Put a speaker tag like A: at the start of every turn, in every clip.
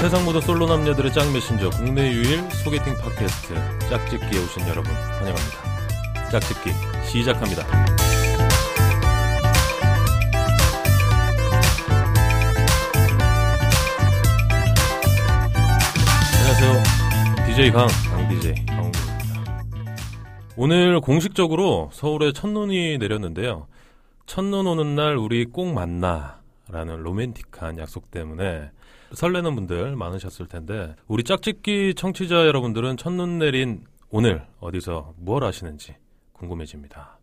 A: 세상 모든 솔로 남녀들의 짝 메신저 국내 유일 소개팅 팟캐스트 짝짓기에 오신 여러분 환영합니다. 짝짓기 시작합니다. 안녕하세요. DJ 강, 강 DJ 강욱입니다. 오늘 공식적으로 서울에 첫눈이 내렸는데요. 첫눈 오는 날 우리 꼭 만나라는 로맨틱한 약속 때문에 설레는 분들 많으셨을 텐데 우리 짝짓기 청취자 여러분들은 첫눈 내린 오늘 어디서 뭘 하시는지 궁금해집니다.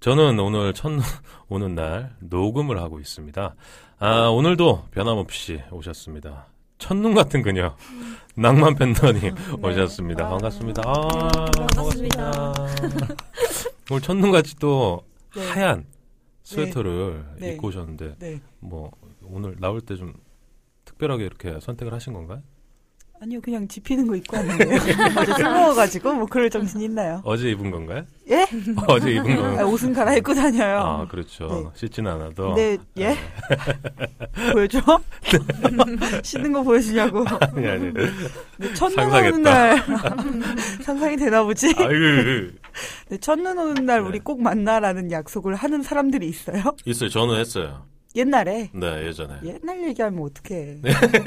A: 저는 오늘 첫눈 오는 날 녹음을 하고 있습니다. 아 오늘도 변함없이 오셨습니다. 첫눈 같은 그녀 낭만 팬더님 오셨습니다.
B: 아.
A: 반갑습니다. 아,
B: 반갑습니다.
A: 반갑습니다. 오늘 첫눈같이 또
B: 네.
A: 하얀 스웨터를
B: 네.
A: 입고 오셨는데
B: 네.
A: 뭐 오늘 나올 때 좀 특별하게 이렇게 선택을 하신 건가요?
B: 아니요, 그냥 집히는 거 입고 왔는데.
A: 네,
B: 어제 술 먹어가지고, 뭐, 그럴 정신 있나요?
A: 어제 입은 건가요?
B: 예?
A: 어제 입은
B: 아,
A: 건가요?
B: 옷은 갈아입고 다녀요.
A: 아 그렇죠. 씻지는 않아도
B: 네, 예?
A: 네.
B: 보여줘? 씻는 거 보여주냐고.
A: 아니 아니.
B: 네, 첫눈
A: 네. 상상했다.
B: 오는 날. 상상이 되나 보지?
A: 아유
B: 네, 첫눈 오는 날
A: 네.
B: 우리 꼭 만나라는 약속을 하는 사람들이 있어요?
A: 있어요. 저는 했어요.
B: 옛날에.
A: 네 예전에.
B: 옛날 얘기하면 어떡해.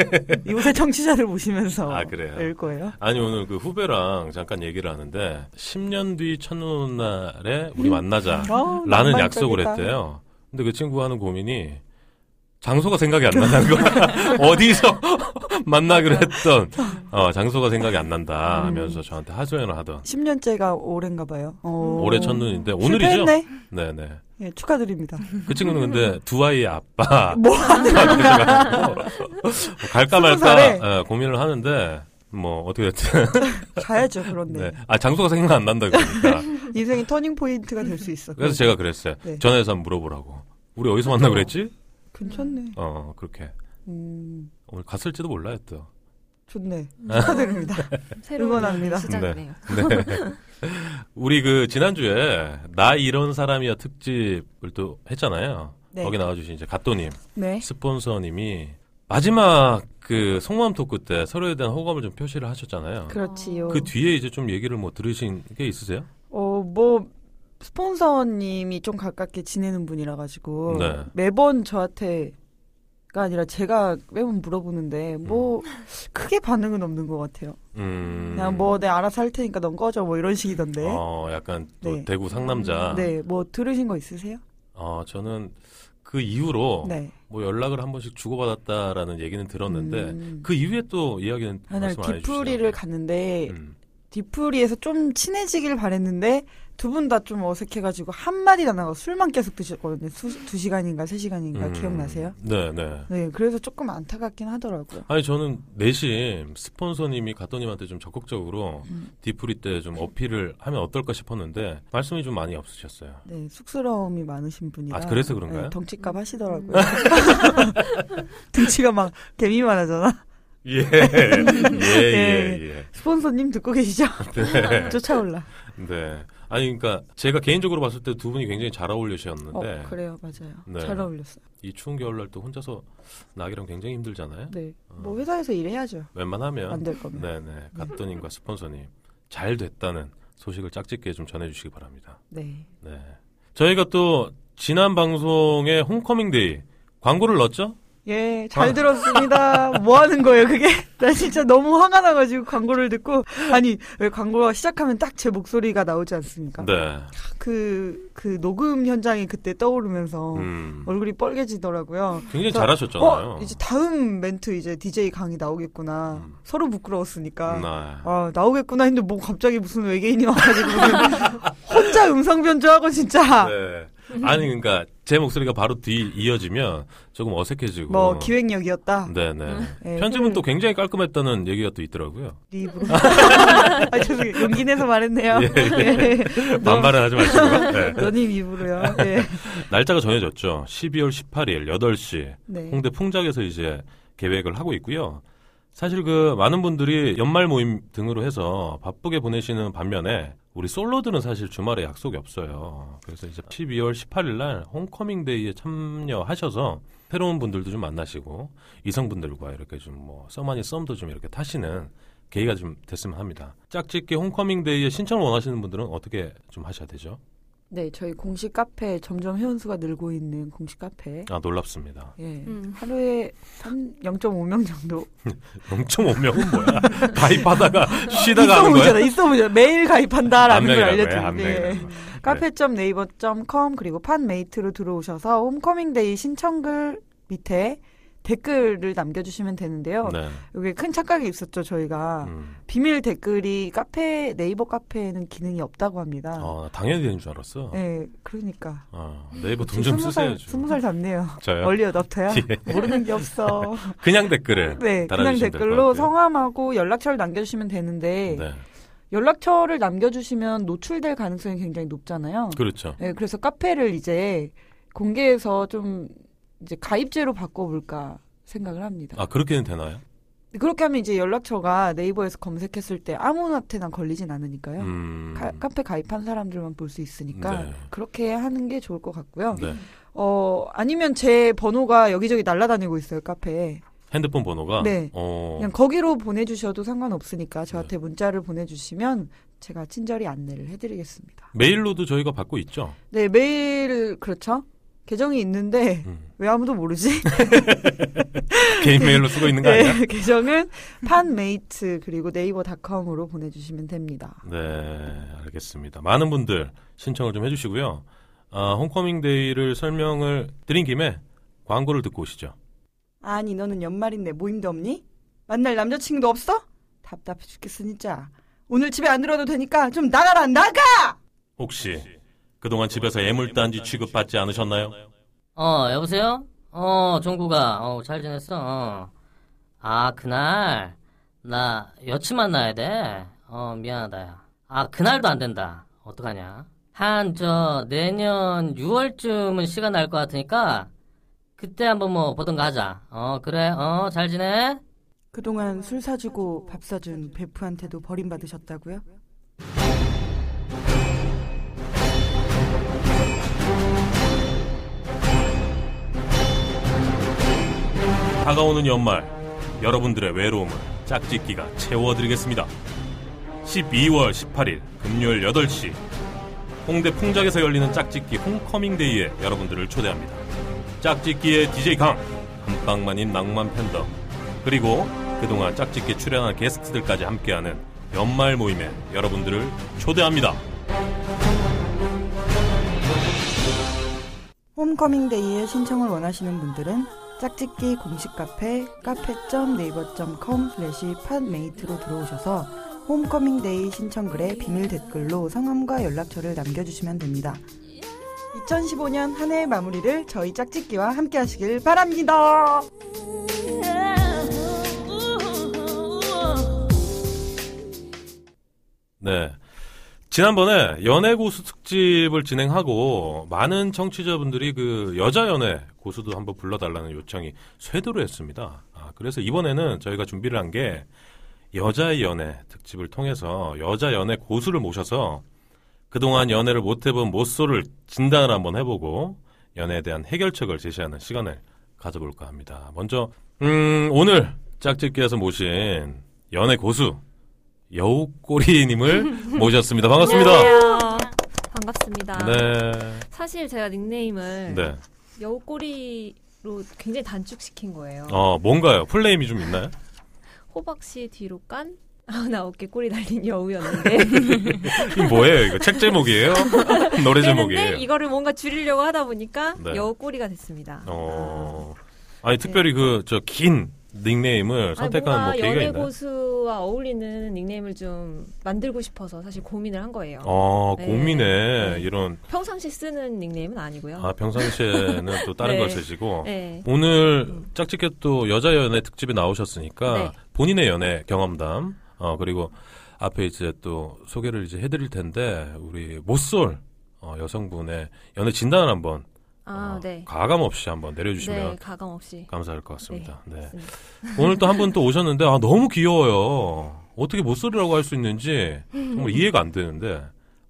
B: 요새 청취자들 보시면서.
A: 네. 아, 그래요?
B: 럴 거예요.
A: 아니 오늘 그 후배랑 잠깐 얘기를 하는데 10년 뒤 첫눈 날에 우리 만나자.
B: 어,
A: 라는
B: 낭만적이다.
A: 약속을 했대요. 근데 그 친구가 하는 고민이 장소가 생각이 안 난다는 거야. 어디서 만나기로 했던 어, 장소가 생각이 안 난다 하면서 저한테 하소연을 하던
B: 10년째가 올해인가 봐요. 어.
A: 올해 첫눈인데 오늘이죠?
B: 실패했네.
A: 네네.
B: 예, 축하드립니다.
A: 그 친구는 근데 두 아이의 아빠
B: 뭐 하는
A: 그래가지고 갈까
B: 스무
A: 말까
B: 살에?
A: 예, 고민을 하는데 뭐 어떻게 됐든
B: 가야죠, 그런데.
A: 네. 아 장소가 생각 안 난다 그러니까
B: 인생의 터닝 포인트가 될 수 있어.
A: 그래서 제가 그랬어요.
B: 네.
A: 전화해서 한번 물어보라고. 우리 어디서 만나 그랬지?
B: 괜찮네.
A: 어 그렇게
B: 음,
A: 오늘 갔을지도 몰라요 또.
B: 좋네.
A: 아.
B: 축하드립니다. 응원합니다.
C: 시작이네요.
A: 네. 우리 그 지난주에 나 이런 사람이야 특집을 또 했잖아요.
B: 네.
A: 거기 나와주신 이제 갓도님
B: 네.
A: 스폰서님이 마지막 그 속마음 토크 때 서로에 대한 호감을 좀 표시를 하셨잖아요. 그,
D: 그렇지요.
A: 뒤에 이제 좀 얘기를 뭐 들으신 게 있으세요?
D: 어, 뭐 스폰서님이 좀 가깝게 지내는 분이라 가지고
A: 네.
D: 매번 저한테가 아니라 제가 매번 물어보는데 뭐 크게 반응은 없는 것 같아요.
A: 음.
D: 그냥 뭐 내 알아서 할 테니까 넌 꺼져 뭐 이런 식이던데.
A: 어, 아. 약간 또
D: 네.
A: 대구 상남자.
D: 네, 뭐 들으신 거 있으세요?
A: 어, 저는 그 이후로
D: 네.
A: 뭐 연락을 한 번씩 주고받았다라는 얘기는 들었는데
D: 음.
A: 그 이후에 또 이야기는
D: 그날
A: 말씀 안
D: 디프리를
A: 해주시잖아요.
D: 아, 네, 갔는데
A: 네. 음.
D: 디프리에서 좀 친해지길 바랬는데 두 분 다 좀 어색해가지고 한 마디도 안 하고 술만 계속 드셨거든요. 수, 두 시간인가 세 시간인가
A: 음.
D: 아, 기억나세요?
A: 네, 네.
D: 네, 그래서 조금 안타깝긴 하더라고요.
A: 아니 저는 내심 스폰서님이 가토님한테 좀 적극적으로
D: 음.
A: 디프리 때 좀 어필을 하면 어떨까 싶었는데 말씀이 좀 많이 없으셨어요.
D: 네, 쑥스러움이 많으신 분이라.
A: 아, 그래서 그런가요?
D: 네,
E: 음.
D: 덩치값 하시더라고요. 등치가 막 개미 많아잖아.
A: 예, 예,
D: 네.
A: 예, 예.
D: 스폰서님 듣고 계시죠?
A: 네.
D: 쫓아올라.
A: 네. 아니 그러니까 제가 개인적으로 봤을 때 두 분이 굉장히 잘 어울리셨는데
D: 어, 그래요, 맞아요.
A: 네.
D: 잘 어울렸어요.
A: 이 추운 겨울날 또 혼자서 나기랑 굉장히 힘들잖아요.
D: 네, 뭐 회사에서 일해야죠. 안
A: 웬만하면
D: 될 거면.
A: 어. 네, 네. 가토님과 스폰서님 잘 됐다는 소식을 짝짓게 좀 전해주시기 바랍니다.
D: 네.
A: 네. 저희가 또 지난 방송에 홈커밍데이 광고를 넣었죠?
D: 예, 잘
A: 아.
D: 들었습니다. 뭐 하는 거예요, 그게? 나 진짜 너무 화가 나가지고 광고를 듣고. 아니, 왜 광고가 시작하면 딱 제 목소리가 나오지 않습니까?
A: 네.
D: 그, 그 녹음 현장이 그때 떠오르면서
A: 음.
D: 얼굴이 뻘개지더라고요.
A: 굉장히
D: 그래서,
A: 잘하셨잖아요.
D: 어, 이제 다음 멘트 이제 DJ 강이 나오겠구나.
A: 음.
D: 서로 부끄러웠으니까.
A: 네.
D: 아, 나오겠구나 했는데 뭐 갑자기 무슨 외계인이 와가지고 혼자 음성 변조하고 진짜.
A: 네. 아니 그러니까 제 목소리가 바로 뒤 이어지면 조금 어색해지고.
D: 뭐 기획력이었다.
A: 네네.
D: 네,
A: 음. 편집은 또 굉장히 깔끔했다는 얘기가 또 있더라고요.
D: 리브로. 아, 죄송해요. 용기 내서 말했네요.
A: 예,
D: 예.
A: 반발은 하지 마시고. 네.
D: 너님 입으로요. 예.
A: 날짜가 정해졌죠. 12월 18일 8시
D: 네.
A: 홍대 풍작에서 이제 계획을 하고 있고요. 사실 그 많은 분들이 연말 모임 등으로 해서 바쁘게 보내시는 반면에 우리 솔로들은 사실 주말에 약속이 없어요. 그래서 이제 12월 18일 날 홈커밍 데이에 참여하셔서 새로운 분들도 좀 만나시고 이성분들과 이렇게 좀 뭐 썸아니 썸도 좀 이렇게 타시는 계기가 좀 됐으면 합니다. 짝짓기 홈커밍 데이에 신청을 원하시는 분들은 어떻게 좀 하셔야 되죠?
D: 네, 저희 공식 카페 점점 회원수가 늘고 있는 공식 카페.
A: 아 놀랍습니다.
D: 예.
C: 음.
D: 하루에 3, 0.5명 정도.
A: 0.5명은 뭐야? 가입하다가 쉬다가
D: 있어
A: 하는 거야?
D: 보잖아, 있어 보잖아. 매일 가입한다라는 걸 예.
A: 안명이라고 해,
D: 알려드립니다.
A: 안명이라고. 네.
D: 카페.네이버.com 그리고 팟메이트로 들어오셔서 홈커밍데이 신청글 밑에 댓글을 남겨주시면 되는데요.
A: 네.
D: 여기 큰 착각이 있었죠, 저희가.
A: 음.
D: 비밀 댓글이 카페, 네이버 카페에는 기능이 없다고 합니다.
A: 어, 당연히 되는 줄 알았어.
D: 네, 그러니까.
A: 어, 네이버 돈 좀
D: 스무 살,
A: 쓰세요.
D: 스무
A: 좀.
D: 살 답네요.
A: 저요. 예.
D: 얼리 어답터야. 모르는 게 없어.
A: 그냥 댓글을
D: 네, 그냥
A: 달아주시면 될것
D: 댓글로
A: 같아요.
D: 성함하고 연락처를 남겨주시면 되는데
A: 네.
D: 연락처를 남겨주시면 노출될 가능성이 굉장히 높잖아요.
A: 그렇죠.
D: 네, 그래서 카페를 이제 공개해서 좀 이제 가입제로 바꿔볼까 생각을 합니다.
A: 아 그렇게는 되나요?
D: 그렇게 하면 이제 연락처가 네이버에서 검색했을 때 아무한테나 걸리진 않으니까요.
A: 음.
D: 네. 가- 카페 가입한 사람들만 볼 수 있으니까
A: 네.
D: 그렇게 하는 게 좋을 것 같고요.
A: 네.
D: 어 아니면 제 번호가 여기저기 날아다니고 있어요 카페에.
A: 핸드폰 번호가
D: 네.
A: 어,
D: 그냥 거기로 보내주셔도 상관없으니까 저한테
A: 네.
D: 문자를 보내주시면 제가 친절히 안내를 해드리겠습니다.
A: 메일로도 저희가 받고 있죠.
D: 네, 매일 그렇죠. 계정이 있는데
A: 음.
D: 왜 아무도 모르지?
A: 개인 메일로 쓰고 있는 거 아니야?
D: 네, 계정은 판메이트 그리고 네이버닷컴으로 보내주시면 됩니다.
A: 네, 알겠습니다. 많은 분들 신청을 좀 해주시고요. 아, 홈커밍 데이를 설명을 드린 김에 광고를 듣고 오시죠.
C: 아니 너는 연말인데 뭐 모임도 없니? 만날 남자친구도 없어? 답답해 죽겠어 진짜. 오늘 집에 안 들어도 되니까 좀 나가라 나가.
A: 혹시 그동안 집에서 애물단지 취급받지 않으셨나요?
F: 어, 여보세요? 어, 정구가. 어, 잘 지냈어? 어. 아, 그날. 나 여친 만나야 돼. 어, 미안하다, 야. 아, 그날도 안 된다. 어떡하냐? 한, 저, 내년 6월쯤은 시간 날 것 같으니까, 그때 한번 뭐, 보던가 하자. 어, 그래. 어, 잘 지내?
C: 그동안 술 사주고 밥 사준 베프한테도 버림받으셨다고요?
A: 다가오는 연말 여러분들의 외로움을 짝짓기가 채워드리겠습니다. 12월 18일 금요일 8시 홍대 풍작에서 열리는 짝짓기 홈커밍데이에 여러분들을 초대합니다. 짝짓기의 DJ 강, 한방만인 낭만 팬덤, 그리고 그동안 짝짓기 출연한 게스트들까지 함께하는 연말 모임에 여러분들을 초대합니다.
C: 홈커밍데이에 신청을 원하시는 분들은 짝짓기 공식 카페 카페.네이버.com 슬래시 팟메이트로 들어오셔서 홈커밍데이 신청글에 비밀 댓글로 성함과 연락처를 남겨주시면 됩니다. 2015년 한 해의 마무리를 저희 짝짓기와 함께 하시길 바랍니다.
A: 네. 지난번에 연애 고수 특집을 진행하고 많은 청취자분들이 그 여자 연애 고수도 한번 불러달라는 요청이 쇄도를 했습니다. 아, 그래서 이번에는 저희가 준비를 한 게 여자의 연애 특집을 통해서 여자 연애 고수를 모셔서 그동안 연애를 못 해본 모쏠을 진단을 한번 해보고 연애에 대한 해결책을 제시하는 시간을 가져볼까 합니다. 먼저 음, 오늘 짝짓기에서 모신 연애 고수 여우꼬리님을 모셨습니다. 반갑습니다.
E: 안녕하세요. 반갑습니다.
A: 네.
E: 사실 제가 닉네임을
A: 네.
E: 여우꼬리로 굉장히 단축시킨 거예요.
A: 어, 뭔가요? 플레임이 좀 있나요?
E: 호박씨 뒤로 깐, 아, 나 어깨 꼬리 달린 여우였는데.
A: 이거 뭐예요? 이거 책 제목이에요? 노래
E: 했는데
A: 제목이에요?
E: 네, 이거를 뭔가 줄이려고 하다 보니까
A: 네.
E: 여우꼬리가 됐습니다.
A: 어. 아니, 특별히 그, 저, 긴 닉네임을
E: 아니,
A: 선택하는 뭐
E: 뭔가
A: 계기가
E: 연예
A: 있나요?
E: 고수와 어울리는 닉네임을 좀 만들고 싶어서 사실 고민을 한 거예요.
A: 어,
E: 네.
A: 고민에
E: 네.
A: 이런,
E: 평상시 쓰는 닉네임은 아니고요.
A: 아, 어. 평상시에는 또 다른
E: 네.
A: 걸 쓰시고.
E: 네.
A: 오늘
E: 음.
A: 짝짓게 또 여자 연애 특집에 나오셨으니까
E: 네.
A: 본인의 연애 경험담 어 그리고 앞에 이제 또 소개를 이제 해드릴 텐데 우리 모쏠 어, 여성분의 연애 진단을 한번
E: 아,
A: 어,
E: 네.
A: 가감 없이 한번 내려주시면
E: 네, 가감 없이.
A: 감사할 것 같습니다. 네.
E: 맞습니다.
A: 오늘 또 한 분 또 오셨는데 아 너무 귀여워요. 어떻게 모쏠이라고 할 수 있는지 정말 이해가 안 되는데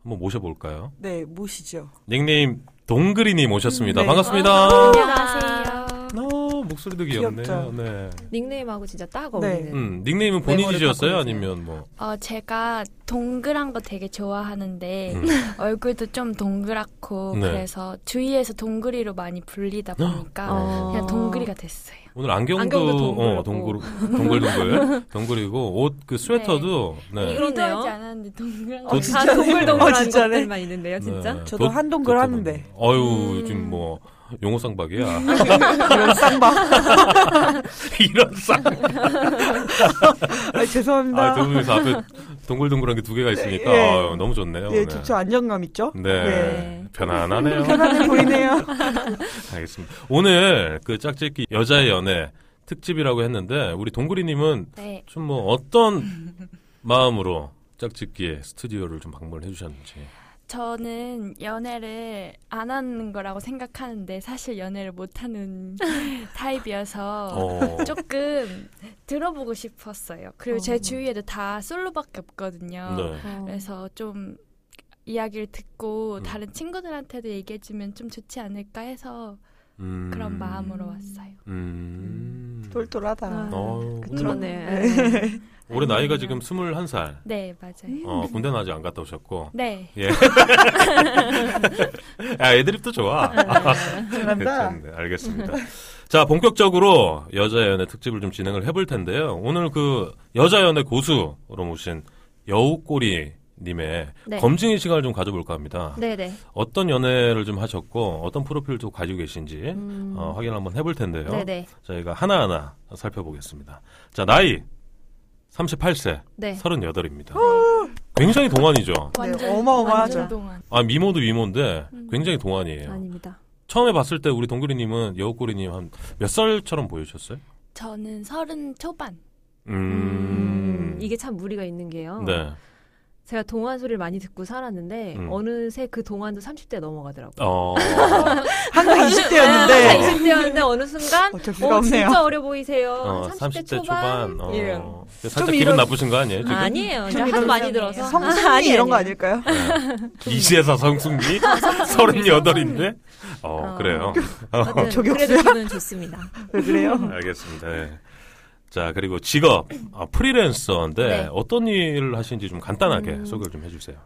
A: 한번 모셔볼까요?
B: 네, 모시죠.
A: 닉네임 동그리님 모셨습니다.
B: 네.
A: 반갑습니다.
G: 아.
E: 어,
G: 안녕하세요.
A: 어, 목소리도 귀엽네요.
B: 귀엽죠?
A: 네.
E: 닉네임하고 진짜 딱
B: 네.
E: 어울리는.
A: 음, 닉네임은 본인이
E: 메모를
A: 지었어요?
E: 바꾸면서.
A: 아니면 뭐
G: 어, 제가 동그란 거 되게 좋아하는데
A: 음.
G: 얼굴도 좀 동그랗고
A: 네.
G: 그래서 주위에서 동그리로 많이 불리다 보니까
A: 어.
G: 그냥 동그리가 됐어요.
A: 오늘 안경도,
E: 안경도
A: 어,
E: 동그랗고.
A: 동글 동글동글 동글이고 옷 그 스웨터도 네.
E: 이거 그러네요.
G: 의도하지 않았는데 동그란
E: 어,
G: 거.
A: 저-
E: 다
B: 아,
E: 동글동글한
B: 진짜네.
E: 것들만 있는데요, 진짜.
A: 네.
B: 저도
A: 도-
B: 한 동글
A: 도-
B: 하는데.
A: 어유
E: 음.
A: 지금 뭐 용어 쌍박이야.
B: 이런
A: 아,
B: 쌍방.
A: 이런 쌍박.
D: 아, 죄송합니다.
E: 음.
A: 아, 두 분이서 앞에 동글동글한 게 두 개가 있으니까
D: 예.
A: 아유, 너무 좋네요.
D: 예,
A: 네.
D: 좋죠. 안정감 있죠?
A: 네.
E: 네.
A: 편안하네요.
D: 편안해 보이네요.
A: 알겠습니다. 오늘 그 짝짓기 여자의 연애 특집이라고 했는데 우리 동그리님은
G: 네.
A: 좀 뭐 어떤 마음으로 짝짓기 스튜디오를 좀 방문해 주셨는지.
G: 저는 연애를 안 하는 거라고 생각하는데 사실 연애를 못 하는 타입이어서
A: 어.
G: 조금 들어보고 싶었어요. 그리고 제 주위에도 다 솔로밖에 없거든요.
A: 네.
E: 어.
G: 그래서 좀 이야기를 듣고
A: 음.
G: 다른 친구들한테도 얘기해주면 좀 좋지 않을까 해서
A: 음.
G: 그런 마음으로 왔어요.
A: 음.
D: 똘똘하다.
A: 어유,
E: 그러네.
A: 올해 나이가 지금 21살.
G: 네, 맞아요.
A: 어, 군대는 아직 안 갔다 오셨고.
G: 네.
A: 예. 야, 애드립도 좋아.
D: 잘한다.
A: 괜찮네. 알겠습니다. 자, 본격적으로 여자 연애 특집을 좀 진행을 해볼 텐데요. 오늘 그 여자 연애 고수로 모신 여우꼬리 님의
E: 네.
A: 검증의 시간을 좀 가져볼까 합니다.
E: 네네.
A: 어떤 연애를 좀 하셨고 어떤 프로필도 가지고 계신지
E: 음.
A: 어, 확인을 한번 해볼 텐데요.
E: 네네.
A: 저희가 하나하나 살펴보겠습니다. 자, 나이 38세,
E: 네.
A: 38입니다. 굉장히 동안이죠.
D: 어마어마하죠.
G: 완전 동안.
A: 아, 미모도 미모인데
G: 음.
A: 굉장히 동안이에요.
E: 아닙니다.
A: 처음에 봤을 때 우리 동그리님은 여우꼬리님 한 몇 살처럼 보이셨어요?
G: 저는 서른 초반.
A: 음.
E: 이게 어. 참 무리가 있는 게요.
A: 네.
E: 제가 동안 소리를 많이 듣고 살았는데
A: 음.
E: 어느새 그 동안도 30대 넘어가더라고요.
A: 어.
D: 항상 20대였는데.
E: 20대였는데 어느 순간
D: 어쩔 수가
E: 네, 어,
D: 없네요.
E: 진짜 어려 보이세요.
A: 어,
E: 30대,
A: 30대
E: 초반. 예.
A: 초반. 어.
E: 이런.
A: 살짝
D: 좀
A: 기분
D: 이런-
A: 나쁘신 거 아니에요? 지금?
E: 아니에요. 이제
G: 좀
E: 하도
G: 이런
E: 많이
G: 성향이에요.
E: 들어서
D: 성순이 이런 거 아닐까요?
A: 네. 이시에서 성숙리? 38인데? 어,
E: 어.
A: 그래요.
E: 아무튼
D: 저격수야?
E: 그래도 기분 좋습니다.
D: 왜 그래요?
A: 알겠습니다. 예. 자, 그리고 직업. 아, 프리랜서인데
E: 네.
A: 어떤 일을 하시는지 좀 간단하게
E: 음.
A: 소개를 좀 해주세요.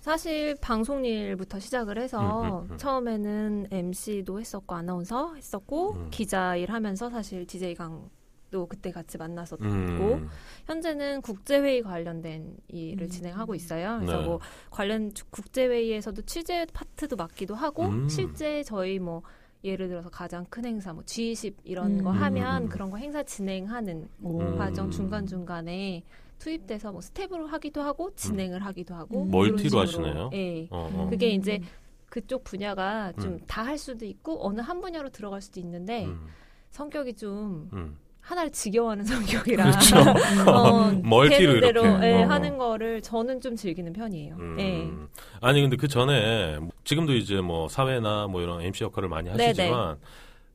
E: 사실 방송 일부터 시작을 해서
A: 음, 음, 음.
E: 처음에는 MC도 했었고 아나운서 했었고
A: 음.
E: 기자 일하면서 사실 DJ 강도 그때 같이 만나서
A: 음.
E: 현재는 국제회의 관련된 일을 진행하고 있어요. 그래서
A: 네.
E: 뭐 관련 주- 국제회의에서도 취재 파트도 맡기도 하고
A: 음.
E: 실제 저희 뭐 예를 들어서 가장 큰 행사 뭐 G20 이런
B: 음.
E: 거
A: 음,
E: 하면
A: 음.
E: 그런 거 행사 진행하는
A: 음.
E: 과정 중간 중간에 투입돼서 뭐 스텝으로 하기도 하고 진행을 하기도 하고
B: 음.
A: 음. 멀티로
E: 그런 식으로.
A: 하시네요?
E: 예.
A: 어, 어.
E: 그게 이제 그쪽 분야가 좀
A: 음.
E: 다 할 수도 있고 어느 한 분야로 들어갈 수도 있는데
A: 음.
E: 성격이 좀
A: 음.
E: 하나를 지겨워하는 성격이라
A: 그렇죠.
E: 어,
D: 음.
A: 멀티로
E: 되는 대로
A: 이렇게.
E: 예,
A: 어.
E: 하는 거를 저는 좀 즐기는 편이에요.
A: 음.
E: 예.
A: 아니 근데 그 전에 지금도 이제 뭐 사회나 뭐 이런 MC 역할을 많이
E: 네네.
A: 하시지만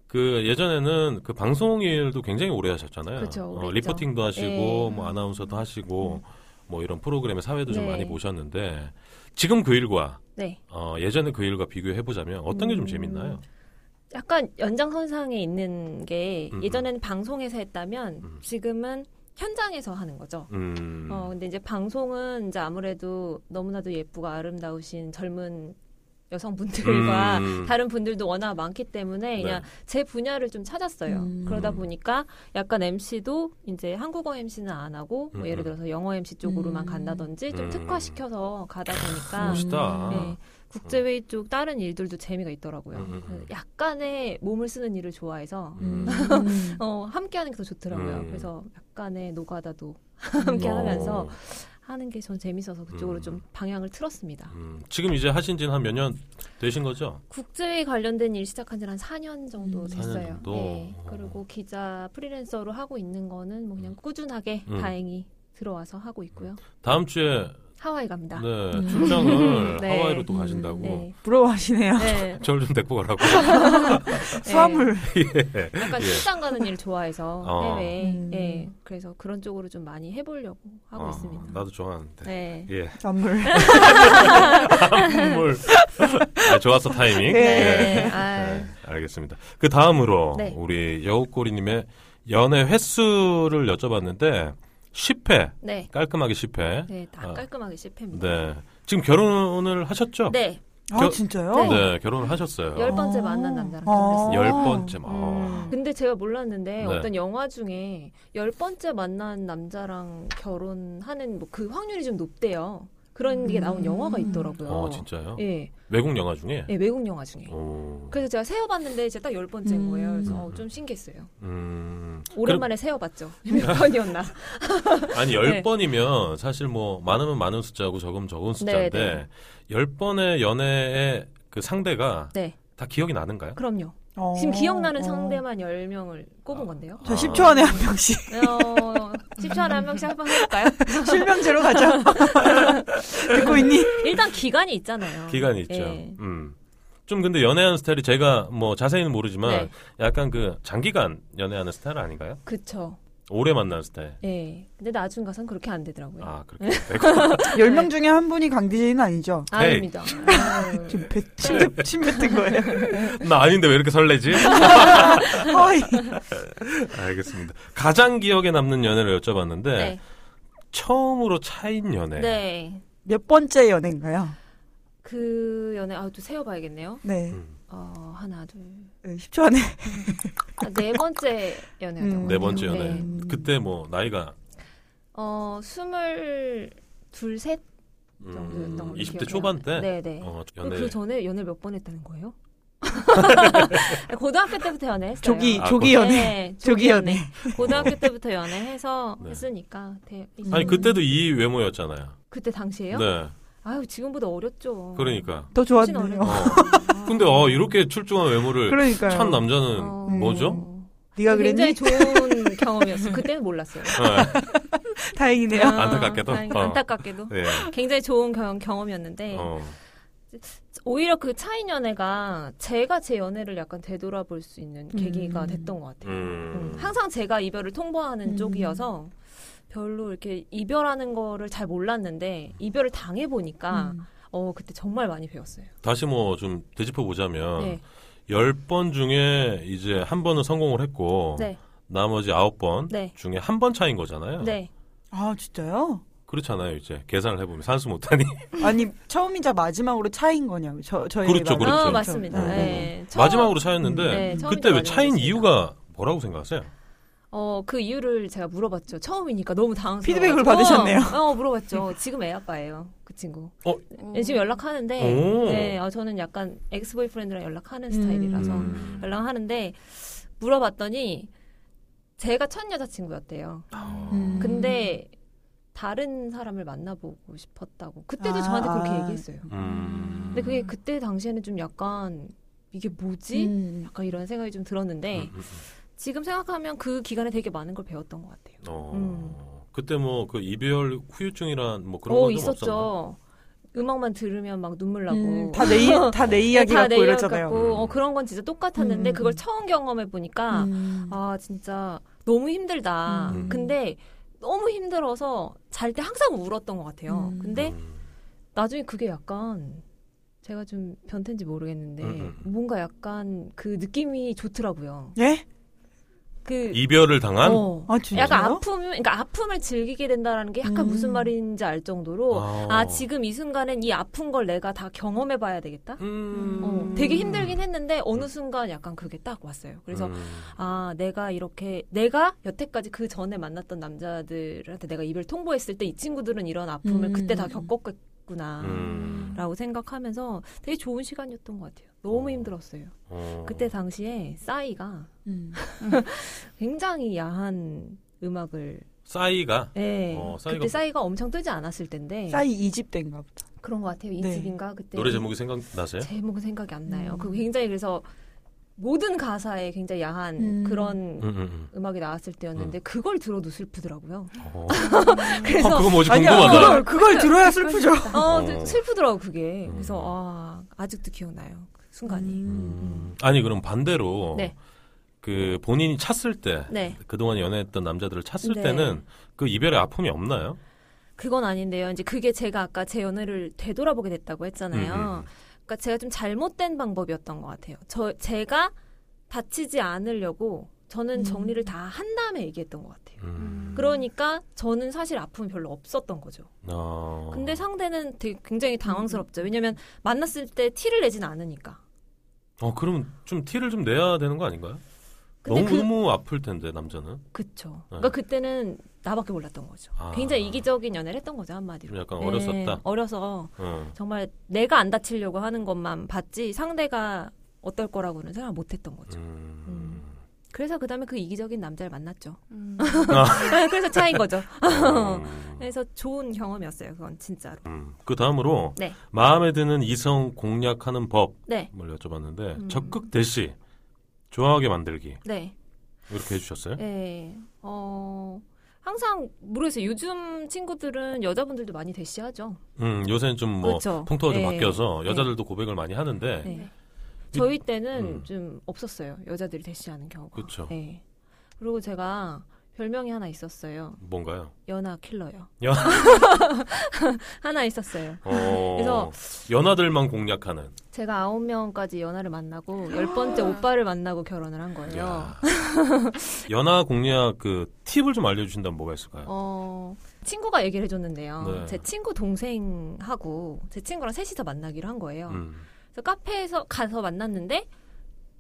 A: 그 예전에는 그 방송 일도 굉장히 오래 하셨잖아요.
E: 그쵸, 그렇죠.
A: 어,
E: 오래 했죠.
A: 리포팅도 하시고
E: 예.
A: 뭐 아나운서도 하시고 뭐 이런 프로그램의 사회도 좀
E: 네.
A: 많이 보셨는데 지금 그 일과
E: 네.
A: 어, 예전에 그 일과 비교해 보자면 어떤 게 좀
E: 음.
A: 재밌나요?
E: 약간 연장선상에 있는 게
A: 음.
E: 예전에는 방송에서 했다면
A: 음.
E: 지금은 현장에서 하는 거죠.
A: 음.
E: 어, 근데 이제 방송은 이제 아무래도 너무나도 예쁘고 아름다우신 젊은 여성분들과
A: 음.
E: 그 다른 분들도 워낙 많기 때문에
A: 네.
E: 그냥 제 분야를 좀 찾았어요.
D: 음.
E: 그러다 보니까 약간 MC도 이제 한국어 MC는 안 하고
A: 음,
E: 뭐
A: 음.
E: 예를 들어서 영어 MC 쪽으로만
D: 음.
E: 간다든지 좀
A: 음.
E: 특화시켜서 가다 보니까
A: 멋있다.
E: 네, 국제회의 쪽 다른 일들도 재미가 있더라고요.
A: 음, 음, 음.
E: 약간의 몸을 쓰는 일을 좋아해서
A: 음.
E: 어, 함께하는 게 더 좋더라고요.
A: 음.
E: 그래서 약간의 노가다도
D: 음.
E: 함께
A: 어.
E: 하면서 하는 게 전 재밌어서 그쪽으로
A: 음.
E: 좀 방향을 틀었습니다.
A: 음. 지금 이제 하신 지는 한 몇 년 되신 거죠?
E: 국제회의 관련된 일 시작한 지는 한 4년 정도
D: 음.
A: 4년
E: 됐어요.
A: 정도?
E: 네.
A: 어.
E: 그리고 기자 프리랜서로 하고 있는 거는 뭐 그냥 꾸준하게
A: 음.
E: 다행히 들어와서 하고 있고요.
A: 다음 주에
E: 하와이 갑니다. 음.
A: 네, 출장을
E: 네.
A: 하와이로 또 가신다고.
E: 네.
B: 부러워하시네요.
A: 뭐.
E: 네.
A: 저를 좀 데리고 가라고.
B: 수화물.
A: 예.
E: 약간 출장 가는 일 좋아해서
A: 어.
E: 해외.
D: 음.
E: 예. 그래서 그런 쪽으로 좀 많이 해보려고 하고
A: 아,
E: 있습니다.
A: 나도 좋아하는데.
E: 네.
A: 예.
B: 선물.
A: 선물. 아, 좋았어 타이밍. 예.
E: 네.
A: 네,
E: 아,
A: 알겠습니다. 그 다음으로
E: 네.
A: 우리 여우꼬리님의 연애 횟수를 여쭤봤는데 10회
E: 네.
A: 깔끔하게 10회.
E: 네. 다
A: 아.
E: 깔끔하게 실패입니다.
A: 네. 지금 결혼을 하셨죠?
E: 네.
B: 아
A: 겨-
B: 진짜요?
E: 네.
A: 네, 결혼을 하셨어요.
E: 열 번째
B: 어.
E: 만난 남자랑
B: 어.
E: 결혼했어요.
A: 열 번째. 아.
E: 음. 근데 제가 몰랐는데
A: 네.
E: 어떤 영화 중에 열 번째 만난 남자랑 결혼하는 뭐 그 확률이 좀 높대요. 그런 게 나온 영화가 있더라고요.
A: 어, 진짜요? 어.
E: 예,
A: 외국 영화 중에.
E: 음. 예, 외국 영화 중에.
A: 오.
E: 그래서 제가 세어봤는데 이제 딱 열 번째인 거예요. 그래서 어, 좀 신기했어요.
A: 음.
E: 오랜만에 세어봤죠. 몇 번이었나?
A: 아니 열
E: 네.
A: 번이면 사실 뭐 많으면 많은 숫자고 적으면 적은 숫자인데
E: 네.
A: 열 번의 연애의 그 상대가
E: 네,
A: 다 기억이 나는가요?
E: 그럼요.
B: 어.
E: 지금 기억나는
B: 어.
E: 상대만 열 명을 꼽은 건데요.
B: 저
A: 아.
B: 10초 안에 한 명씩
E: 어, 10초 안에 한 명씩 한번 해볼까요?
B: 실명제로 가자. 듣고 있니?
E: 일단 기간이 있잖아요.
A: 기간이 있죠.
E: 예.
A: 음. 좀 근데 연애하는 스타일이 제가 뭐 자세히는 모르지만
E: 네.
A: 약간 그 장기간 연애하는 스타일 아닌가요?
E: 그쵸.
A: 오래 만나는 스타일.
E: 예. 근데 나중 가선 그렇게 안 되더라고요.
A: 아 그렇게 되고.
D: 10명
E: 네.
D: 중에 한 분이 강디제이는 아니죠?
E: 아닙니다. 아유.
D: 지금 배, 침뱉, 침뱉은 거예요.
A: 나 아닌데 왜 이렇게 설레지?
D: 허이.
A: 알겠습니다. 가장 기억에 남는 연애를 여쭤봤는데
E: 네.
A: 처음으로 차인 연애.
E: 네.
D: 몇 번째 연애인가요?
E: 그 연애 아 또 세어봐야겠네요.
D: 네.
A: 음.
E: 어 하나 둘.
D: 네, 10초 안에.
E: 아, 네 번째 연애였던
D: 음.
A: 네 번째
E: 네.
A: 연애. 그때 뭐 나이가
E: 어 스물 둘셋 정도였던 걸로
A: 음, 20대
E: 기억해요.
A: 초반 때
E: 네네.
A: 어, 연애
E: 그 전에 연애 몇 번 했다는 거예요? 고등학교 때부터 연애했어요.
D: 조기,
A: 아,
D: 조기
A: 그거-
D: 연애.
E: 네,
D: 조기 연애.
E: 고등학교 때부터 연애해서
A: 네.
E: 했으니까. 대-
A: 아니 그때도 이 외모였잖아요.
E: 음. 그때 당시에요?
A: 네.
E: 아유 지금보다 어렸죠.
A: 그러니까.
D: 더
E: 훨씬
D: 좋았네요.
E: 어려요. 아.
A: 근데 어 이렇게 출중한 외모를
D: 그러니까요. 음.
A: 찬 남자는
E: 어.
A: 뭐죠?
D: 네가 그랬니?
E: 굉장히 좋은 경험이었어요. 그때는 몰랐어요.
A: 네.
D: 다행이네요.
E: 아,
A: 안타깝게도?
E: 다행히-
A: 어.
E: 안타깝게도.
A: 네.
E: 굉장히 좋은 경, 경험이었는데
A: 어.
E: 오히려 그 차인 연애가 제가 제 연애를 약간 되돌아볼 수 있는 계기가 됐던 것 같아요.
A: 음.
E: 음, 항상 제가 이별을 통보하는 쪽이어서 별로 이렇게 이별하는 거를 잘 몰랐는데 이별을 당해 보니까
A: 음.
D: 음.
E: 어 그때 정말 많이 배웠어요.
A: 다시 뭐 좀 되짚어 보자면
E: 네.
A: 열 번 중에 이제 한 번은 성공을 했고
E: 네.
A: 나머지 아홉 번
E: 네.
A: 중에 한 번 차인 거잖아요.
E: 네.
D: 아, 진짜요?
A: 그렇잖아요. 이제 계산을 해보면 산수 못하니
D: 아니, 처음이자 마지막으로 차인 거냐고. 저, 저희
A: 그렇죠,
D: 말-
A: 그렇죠.
E: 어, 맞습니다.
A: 음.
E: 네. 처음-
A: 마지막으로 차였는데
E: 네, 처음인
A: 그때 왜
E: 줄 알고
A: 차인
E: 있었습니다.
A: 이유가 뭐라고 생각하세요?
E: 어, 그 이유를 제가 물어봤죠. 처음이니까 너무 당황스러워.
D: 피드백을 받으셨네요.
E: 어, 어, 물어봤죠. 지금 애 아빠예요. 그 친구.
A: 어?
E: 네, 지금 연락하는데,
A: 오.
E: 네, 어, 저는 약간 엑스보이프렌드랑 연락하는 스타일이라서
A: 음.
E: 연락하는데, 물어봤더니, 제가 첫 여자친구였대요.
A: 아.
D: 음.
E: 근데, 다른 사람을 만나보고 싶었다고. 그때도
D: 아,
E: 저한테 그렇게
D: 아.
E: 얘기했어요.
A: 음.
E: 근데 그게 그때 당시에는 좀 약간, 이게 뭐지?
D: 음.
E: 약간 이런 생각이 좀 들었는데,
A: 음, 음, 음.
E: 지금 생각하면 그 기간에 되게 많은 걸 배웠던 것 같아요.
A: 어.
E: 음.
A: 그때 뭐 그 이별 후유증이란 뭐 그런
E: 어
A: 건좀 없었나요?
E: 있었죠. 음악만 들으면 막 눈물 나고. 네,
D: 음, 다 내, 다 내 이야기
E: 다
D: 같고
E: 내 이야기
D: 이러잖아요.
E: 같고, 어, 그런 건 진짜 똑같았는데
D: 음.
E: 그걸 처음 경험해 보니까
D: 음.
E: 아 진짜 너무 힘들다.
A: 음.
E: 근데 너무 힘들어서 잘 때 항상 울었던 것 같아요.
D: 음.
E: 근데
A: 음.
E: 나중에 그게 약간 제가 좀 변태인지 모르겠는데
A: 음, 음.
E: 뭔가 약간 그 느낌이 좋더라고요.
D: 예?
E: 그
A: 이별을 당한
E: 어,
D: 아, 진짜요?
E: 약간 아픔, 그러니까 아픔을 즐기게 된다라는 게 약간
D: 음.
E: 무슨 말인지 알 정도로
A: 아.
E: 아 지금 이 순간엔 이 아픈 걸 내가 다 경험해봐야 되겠다.
A: 음.
E: 어, 되게 힘들긴 했는데 어느 순간 약간 그게 딱 왔어요. 그래서
A: 음.
E: 아 내가 이렇게 내가 여태까지 그 전에 만났던 남자들한테 내가 이별 통보했을 때 이 친구들은 이런 아픔을
D: 음.
E: 그때 다 겪었겠구나라고
A: 음.
E: 생각하면서 되게 좋은 시간이었던 것 같아요. 너무
A: 어.
E: 힘들었어요.
A: 어.
E: 그때 당시에 싸이가
D: 음.
E: 굉장히 야한 음악을
A: 싸이가
E: 네.
A: 어, 싸이가
E: 그때 싸이가 엄청 뜨지 않았을 텐데
D: 싸이 2집 때인가 보다.
E: 그런 것 같아요. 이
D: 네.
E: 집인가 그때
A: 노래 제목이 생각나세요?
E: 제목은 생각이 안 나요.
D: 음.
E: 그 굉장히 그래서 모든 가사에 굉장히 야한
G: 음.
A: 음,
E: 그런
A: 음,
E: 음악이 나왔을 때였는데 그걸 들어도 슬프더라고요.
A: 음. 어.
E: 그래서
A: 아, 그거 뭐지
D: 아니야,
A: 궁금하다.
D: 그걸, 그걸 들어야 슬프죠.
E: 어,
A: 어.
E: 네, 슬프더라고 그게.
A: 음.
E: 그래서 아, 아직도 기억나요. 그 순간이.
A: 음. 아니 그럼 반대로
E: 네.
A: 그 본인이 찼을 때
E: 네.
A: 그동안 연애했던 남자들을 찼을
E: 네.
A: 때는 그 이별의 아픔이 없나요?
E: 그건 아닌데요. 이제 그게 제가 아까 제 연애를 되돌아보게 됐다고 했잖아요.
A: 음, 음.
E: 그러니까 제가 좀 잘못된 방법이었던 것 같아요. 저 제가 다치지 않으려고 저는 정리를 다 한 다음에 얘기했던 것 같아요.
A: 음.
E: 그러니까 저는 사실 아픔이 별로 없었던 거죠.
A: 어.
E: 근데 상대는 되게 굉장히 당황스럽죠. 왜냐면 만났을 때 티를 내진 않으니까.
A: 어 그럼 좀 티를 좀 내야 되는 거 아닌가요?
E: 근데
A: 너무
E: 그
A: 너무 아플 텐데 남자는
E: 그쵸. 그러니까 그때는 나밖에 몰랐던 거죠.
A: 아.
E: 굉장히 이기적인 연애를 했던 거죠
A: 좀
E: 한마디로.
A: 약간
E: 네,
A: 어렸었다.
E: 어려서
A: 어.
E: 정말 내가 안 다치려고 하는 것만 봤지 상대가 어떨 거라고는 생각 못했던 거죠.
A: 음.
E: 그래서 그다음에 그 이기적인 남자를 만났죠.
G: 음.
E: 그래서 차인 거죠.
A: 음.
E: 그래서 좋은 경험이었어요. 그건 진짜로.
A: 음. 그 다음으로
E: 네.
A: 마음에 드는 이성 공략하는 법을
E: 네,
A: 여쭤봤는데
E: 음.
A: 적극 대시 좋아하게 만들기
E: 네,
A: 이렇게 해주셨어요.
E: 네. 어 항상 모르겠어요. 요즘 친구들은 여자분들도 많이 대시하죠.
A: 음 요새는 좀 뭐
E: 그렇죠.
A: 풍토가 좀
E: 네.
A: 바뀌어서 여자들도 고백을 많이 하는데
E: 네.
G: 네.
E: 저희 때는
A: 음.
E: 좀 없었어요. 여자들이 대시하는 경우가.
A: 그쵸.
E: 네. 그리고 제가 별명이 하나 있었어요.
A: 뭔가요?
E: 연하 킬러요.
A: 연
E: 하나 있었어요.
A: 어,
E: 그래서- 어.
A: 연하들만 공략하는.
E: 제가 아홉 명까지 연하를 만나고 열 번째 오빠를 만나고 결혼을 한 거예요.
A: 야. 연하 공략 그 팁을 좀 알려주신다면 뭐가 있을까요?
E: 어, 친구가 얘기를 해줬는데요.
A: 네.
E: 제 친구 동생하고 제 친구랑 셋이서 만나기로 한 거예요.
A: 음.
E: 그래서 카페에서 가서 만났는데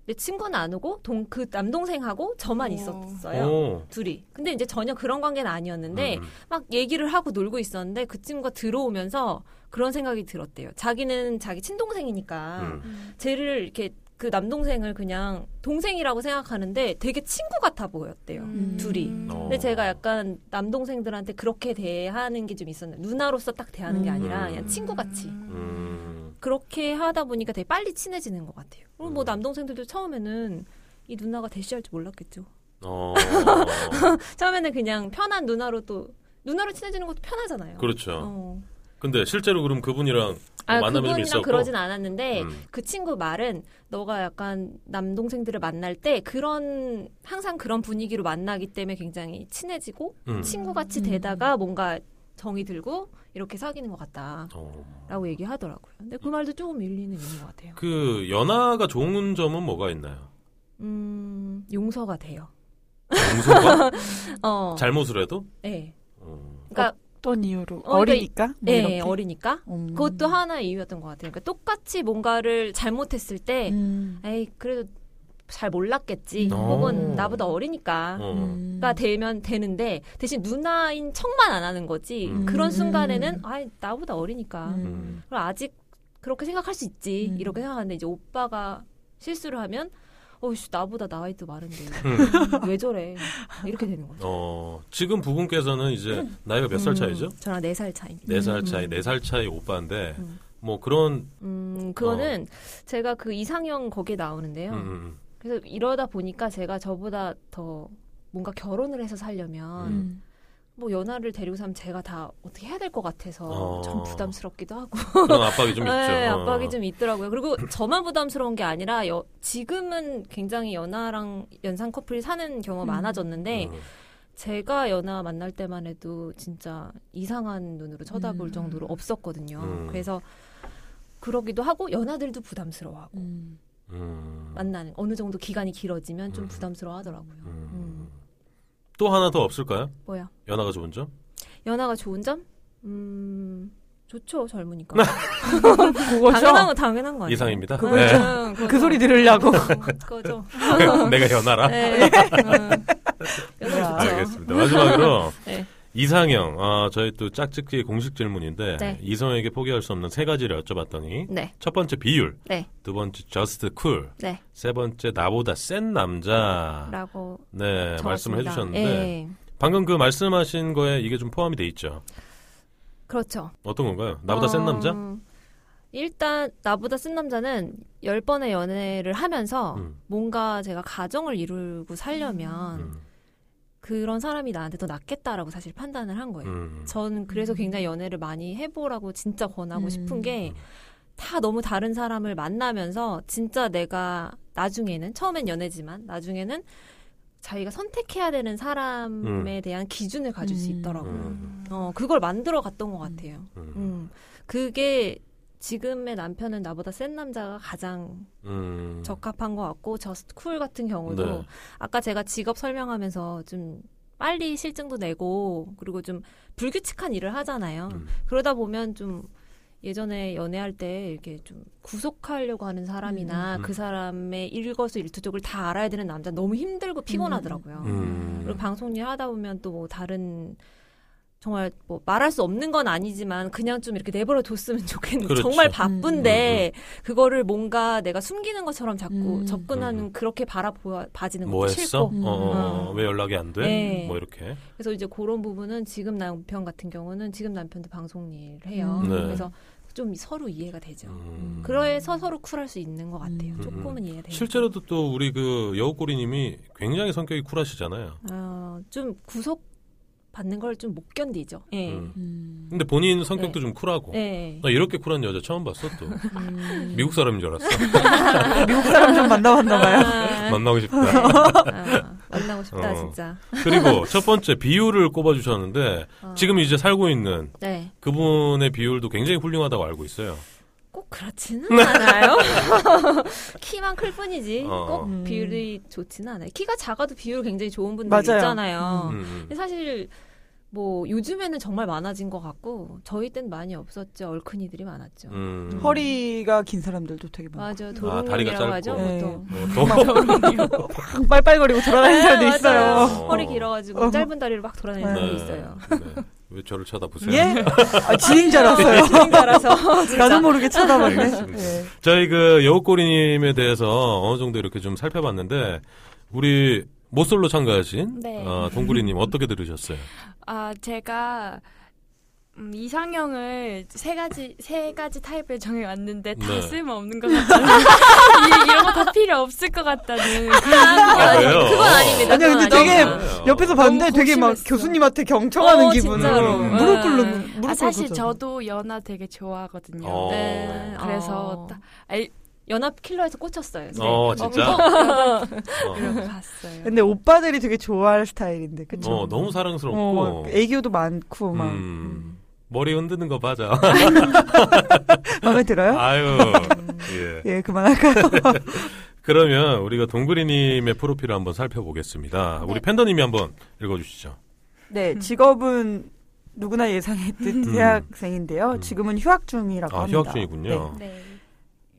E: 내 친구는 안 오고 동, 그 남동생하고 저만
G: 오.
E: 있었어요.
A: 오.
E: 둘이. 근데 이제 전혀 그런 관계는 아니었는데
A: 음, 음.
E: 막 얘기를 하고 놀고 있었는데 그 친구가 들어오면서 그런 생각이 들었대요. 자기는 자기 친동생이니까
A: 음.
E: 쟤를 이렇게 그 남동생을 그냥 동생이라고 생각하는데 되게 친구 같아 보였대요.
G: 음.
E: 둘이.
A: 어.
E: 근데 제가 약간 남동생들한테 그렇게 대하는 게 좀 있었는데 누나로서 딱 대하는 게 아니라
A: 음.
G: 네,
E: 그냥 친구같이
A: 음.
E: 그렇게 하다 보니까 되게 빨리 친해지는 것 같아요. 그리고 뭐
A: 음.
E: 남동생들도 처음에는 이 누나가 대시할 줄 몰랐겠죠.
A: 어.
E: 처음에는 그냥 편한 누나로 또 누나로 친해지는 것도 편하잖아요.
A: 그렇죠.
E: 어.
A: 근데 실제로 그럼 그분이랑
E: 아,
A: 만남이 좀
E: 그분이랑
A: 있었고.
E: 그러진 않았는데
A: 음.
E: 그 친구 말은 너가 약간 남동생들을 만날 때 그런 항상 그런 분위기로 만나기 때문에 굉장히 친해지고
A: 음.
E: 친구같이
G: 음.
E: 되다가 뭔가 정이 들고 이렇게 사귀는 것 같다라고
A: 어.
E: 얘기하더라고요. 근데 그 말도 조금 일리는 있는 것 같아요.
A: 그 연하가 좋은 점은 뭐가 있나요?
E: 음, 용서가 돼요.
A: 용서가
E: 어,
A: 잘못을 해도?
E: 네.
A: 어. 뭐
E: 그러니까
B: 어떤 이유로
E: 어,
B: 어,
E: 그러니까
B: 리니까
E: 예, 어리니까 그것도 하나의 이유였던 것 같아요. 그러니까 똑같이 뭔가를 잘못했을 때,
D: 음.
E: 에이 그래도 잘 몰랐겠지.
A: 음. 어.
E: 혹은 나보다 어리니까.
A: 어.
D: 음.
E: 가 되면 되는데 대신 누나인 척만 안 하는 거지
A: 음.
E: 그런 순간에는 아 나보다 어리니까
A: 음.
E: 그럼 아직 그렇게 생각할 수 있지
B: 음.
E: 이렇게 생각하는데 이제 오빠가 실수를 하면 어이씨 나보다 나이도 많은데 왜 저래 이렇게 되는 거죠.
A: 음. 어, 지금 부분께서는 이제 나이가 몇 살 차이죠?
E: 음, 저랑 네 살 차이입니다.
A: 네 살 차이, 네 살 차이 오빠인데
E: 음.
A: 뭐 그런
E: 음 그거는 제가 그 이상형 거기에 나오는데요.
A: 어. 음, 음,
E: 그래서 이러다 보니까 제가 저보다 더 뭔가 결혼을 해서 살려면
A: 음.
E: 뭐 연하를 데리고 사면 제가 다 어떻게 해야 될 것 같아서
A: 어.
E: 좀 부담스럽기도 하고
A: 그런 압박이 좀 있죠.
E: 네, 압박이
A: 어.
E: 좀 있더라고요. 그리고 저만 부담스러운 게 아니라 여- 지금은 굉장히 연하랑 연상 커플이 사는 경우가 많아졌는데
A: 음.
E: 제가 연하 만날 때만 해도 진짜 이상한 눈으로 쳐다볼
B: 음.
E: 정도로 없었거든요.
A: 음.
E: 그래서 그러기도 하고 연하들도 부담스러워하고
A: 음.
E: 만나는 어느 정도 기간이 길어지면 좀
A: 음.
E: 부담스러워하더라고요.
A: 음.
E: 음.
A: 또 하나 더 없을까요?
E: 뭐야?
A: 연하가 좋은 점?
E: 연하가 좋은 점? 음 좋죠 젊으니까 당연한
D: 그거죠?
E: 거 당연한
A: 아,
E: 거 아니에요?
A: 그렇죠. 이상입니다.
D: 그거
A: 네.
E: 음,
D: 그
E: 그거죠.
D: 소리 들으려고.
E: 그거죠.
A: 내가 연하라.
E: 네. 음.
D: 야.
E: 연하 좋죠.
A: 알겠습니다. 마지막으로
E: 아. 네.
A: 이상형, 아, 저희 또 짝짓기 공식 질문인데
E: 네.
A: 이성에게 포기할 수 없는 세 가지를 여쭤봤더니
E: 네.
A: 첫 번째 비율,
E: 네.
A: 두 번째 just cool,
E: 네.
A: 세 번째 나보다 센 남자.
E: 라고
A: 네,
E: 적었습니다.
A: 말씀을 해주셨는데
E: 예.
A: 방금 그 말씀하신 거에 이게 좀 포함이 돼 있죠.
E: 그렇죠.
A: 어떤 건가요? 나보다
E: 어,
A: 센 남자?
E: 일단 나보다 쓴 남자는 열 번의 연애를 하면서
A: 음,
E: 뭔가 제가 가정을 이루고 살려면
A: 음,
E: 그런 사람이 나한테 더 낫겠다라고 사실 판단을 한 거예요.
A: 음.
E: 전 그래서 굉장히 연애를 많이 해보라고 진짜 권하고
B: 음.
E: 싶은 게 다 너무 다른 사람을 만나면서 진짜 내가 나중에는 처음엔 연애지만 나중에는 자기가 선택해야 되는 사람에 대한 기준을 가질 수
B: 음.
E: 있더라고요.
A: 음,
E: 어, 그걸 만들어 갔던 것 같아요.
A: 음,
E: 음. 그게 지금의 남편은 나보다 센 남자가 가장
A: 음.
E: 적합한 것 같고 저스트 쿨 같은 경우도
A: 네.
E: 아까 제가 직업 설명하면서 좀 빨리 실증도 내고 그리고 좀 불규칙한 일을 하잖아요.
A: 음.
E: 그러다 보면 좀 예전에 연애할 때 이렇게 좀 구속하려고 하는 사람이나
A: 음.
E: 그 사람의 일거수일투족을 다 알아야 되는 남자 너무 힘들고 피곤하더라고요.
A: 음.
E: 그리고 방송 일 하다 보면 또뭐 다른 정말 뭐 말할 수 없는 건 아니지만 그냥 좀 이렇게 내버려 뒀으면 좋겠는 데
A: 그렇죠. 음,
E: 정말 바쁜데 그거를 뭔가 내가 숨기는 것처럼 자꾸
B: 음.
E: 접근하는
A: 음.
E: 그렇게 바라봐지는
A: 뭐
E: 것도
A: 했어?
E: 싫고
A: 어, 어, 어.
E: 음.
A: 왜 연락이 안 돼?
E: 네.
A: 뭐 이렇게.
E: 그래서 이제 그런 부분은 지금 남편 같은 경우는 지금 남편도 방송 일 해요
A: 음. 네.
E: 그래서 좀 서로 이해가 되죠
A: 음.
E: 그래서 서로 쿨할 수 있는 것 같아요
B: 음.
E: 조금은 이해돼요
A: 실제로도 또 우리 그 여우꼬리님이 굉장히 성격이 쿨하시잖아요.
E: 어, 좀 구속 받는 걸 좀 못 견디죠 예.
A: 음. 어.
B: 음.
A: 근데 본인
E: 네.
A: 성격도 좀 쿨하고.
E: 예.
A: 나 이렇게 쿨한 여자 처음 봤어 또.
B: 음.
A: 미국 사람인 줄 알았어.
D: 미국 사람 좀 만나봤나봐요.
E: 아,
A: 만나고 싶다.
E: 아, 만나고 싶다
A: 어.
E: 진짜.
A: 그리고 첫 번째 비율을 꼽아주셨는데
E: 어.
A: 지금 이제 살고 있는
E: 네.
A: 그분의 비율도 굉장히 훌륭하다고 알고 있어요.
E: 꼭 그렇지는 않아요. 키만 클 뿐이지
A: 어.
E: 꼭
B: 음.
E: 비율이 좋지는 않아요. 키가 작아도 비율 굉장히 좋은 분들
D: 맞아요.
E: 있잖아요.
A: 음,
E: 근데 사실 뭐 요즘에는 정말 많아진 것 같고 저희 땐 많이 없었죠. 얼큰이들이 많았죠.
A: 음. 음.
D: 허리가 긴 사람들도 되게 많고
E: 맞아,
A: 아, 다리가
E: 도롱뇽이라고
A: 짧고.
E: 하죠.
D: 네.
E: 보통.
A: 어, 더-
D: 빨빨거리고 돌아다니는
E: 네,
D: 사람도
E: 맞아요.
D: 있어요.
A: 어.
E: 허리 길어가지고
D: 어.
E: 짧은 다리를 막 돌아다니는
A: 네.
E: 사람도 있어요.
A: 네. 왜 저를 쳐다보세요?
D: 예? 아, 지인자라서요.
E: 진짜라서
D: 나도 모르게 쳐다봤네.
A: 알겠습니다.
D: 예.
A: 저희 그 여우꼬리님에 대해서 어느 정도 이렇게 좀 살펴봤는데 우리 모쏠로 참가하신
G: 네.
A: 어, 동구리님 어떻게 들으셨어요?
G: 아 제가 음, 이상형을 세 가지 세 가지 타입을 정해왔는데 다
A: 네.
G: 쓸모 없는 것 같다는 이- 이런 거 다 필요 없을 것 같다는 그런
A: 아, 왜요?
E: 그건 아닙니다.
D: 아니야, 근데
E: 그건
D: 되게
E: 아닙니다.
A: 그래요.
D: 옆에서 봤는데 되게 막
G: 고심했어.
D: 교수님한테 경청하는
E: 어,
D: 기분으로
E: 진짜로.
G: 음.
E: 아,
D: 무릎 꿇는 무릎 꿇고
G: 예. 네. 아 사실
D: 저-
G: 저도 연하 되게 좋아하거든요.
A: 어.
E: 네.
G: 그래서
E: 어.
G: 딱 아이,
E: 연합 킬러에서 꽂혔어요. 제가.
A: 어 진짜. 어,
D: 그렇죠.
G: 이러고 봤어요.
D: 근데 오빠들이 되게 좋아할 스타일인데 그쵸?
A: 어, 너무
D: 어,
A: 사랑스럽고
D: 애교도 많고 막
A: 음, 머리 흔드는 거 맞아.
D: 마음에 들어요?
A: 아유. 예.
D: 예 그만할까요?
A: 그러면 우리가 동그리님의 프로필을 한번 살펴보겠습니다. 우리 팬더님이 한번 읽어주시죠.
D: 네 직업은 누구나 예상했듯
A: 음.
D: 대학생인데요.
A: 음.
D: 지금은 휴학 중이라고
A: 아,
D: 합니다.
A: 휴학 중이군요.
G: 네.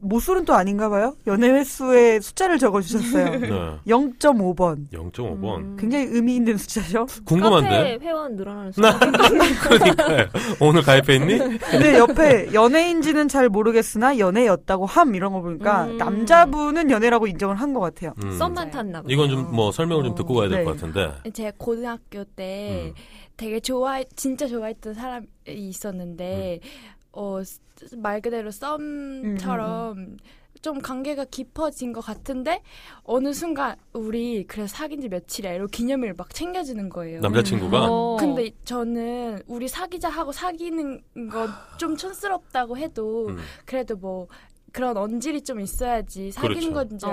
D: 모쏠은 또 아닌가 봐요. 연애 횟수의 숫자를 적어주셨어요.
A: 네.
D: 0.5번.
A: 0.5번.
D: 굉장히 의미 있는 숫자죠.
A: 궁금한데?
E: 카페 회원 늘어나는 음. 수.
A: 나, 그러니까요. 오늘 가입했니?
D: 근데 옆에 연애인지는 잘 모르겠으나 연애였다고 함 이런 거 보니까
E: 음.
D: 남자분은 연애라고 인정을 한 것 같아요.
A: 음.
E: 썸만 탔나 보다.
A: 이건 좀 뭐 설명을 좀
E: 어.
A: 듣고 가야 될
D: 네.
A: 것 같은데.
G: 제 고등학교
A: 음.
G: 때 되게 좋아 진짜 좋아했던 사람이
A: 음.
G: 있었는데 어 말 그대로 썸처럼 좀 관계가 깊어진 것 같은데 어느 순간 우리 그래서 사귄 지 며칠이야 이러고 기념일 막 챙겨주는 거예요.
A: 남자친구가?
E: 어.
G: 근데 저는 우리 사귀자 하고 사귀는 건 좀 촌스럽다고 해도
A: 음.
G: 그래도 뭐 그런 언질이 좀 있어야지
A: 그렇죠.
G: 사귄 건 줄
E: 어,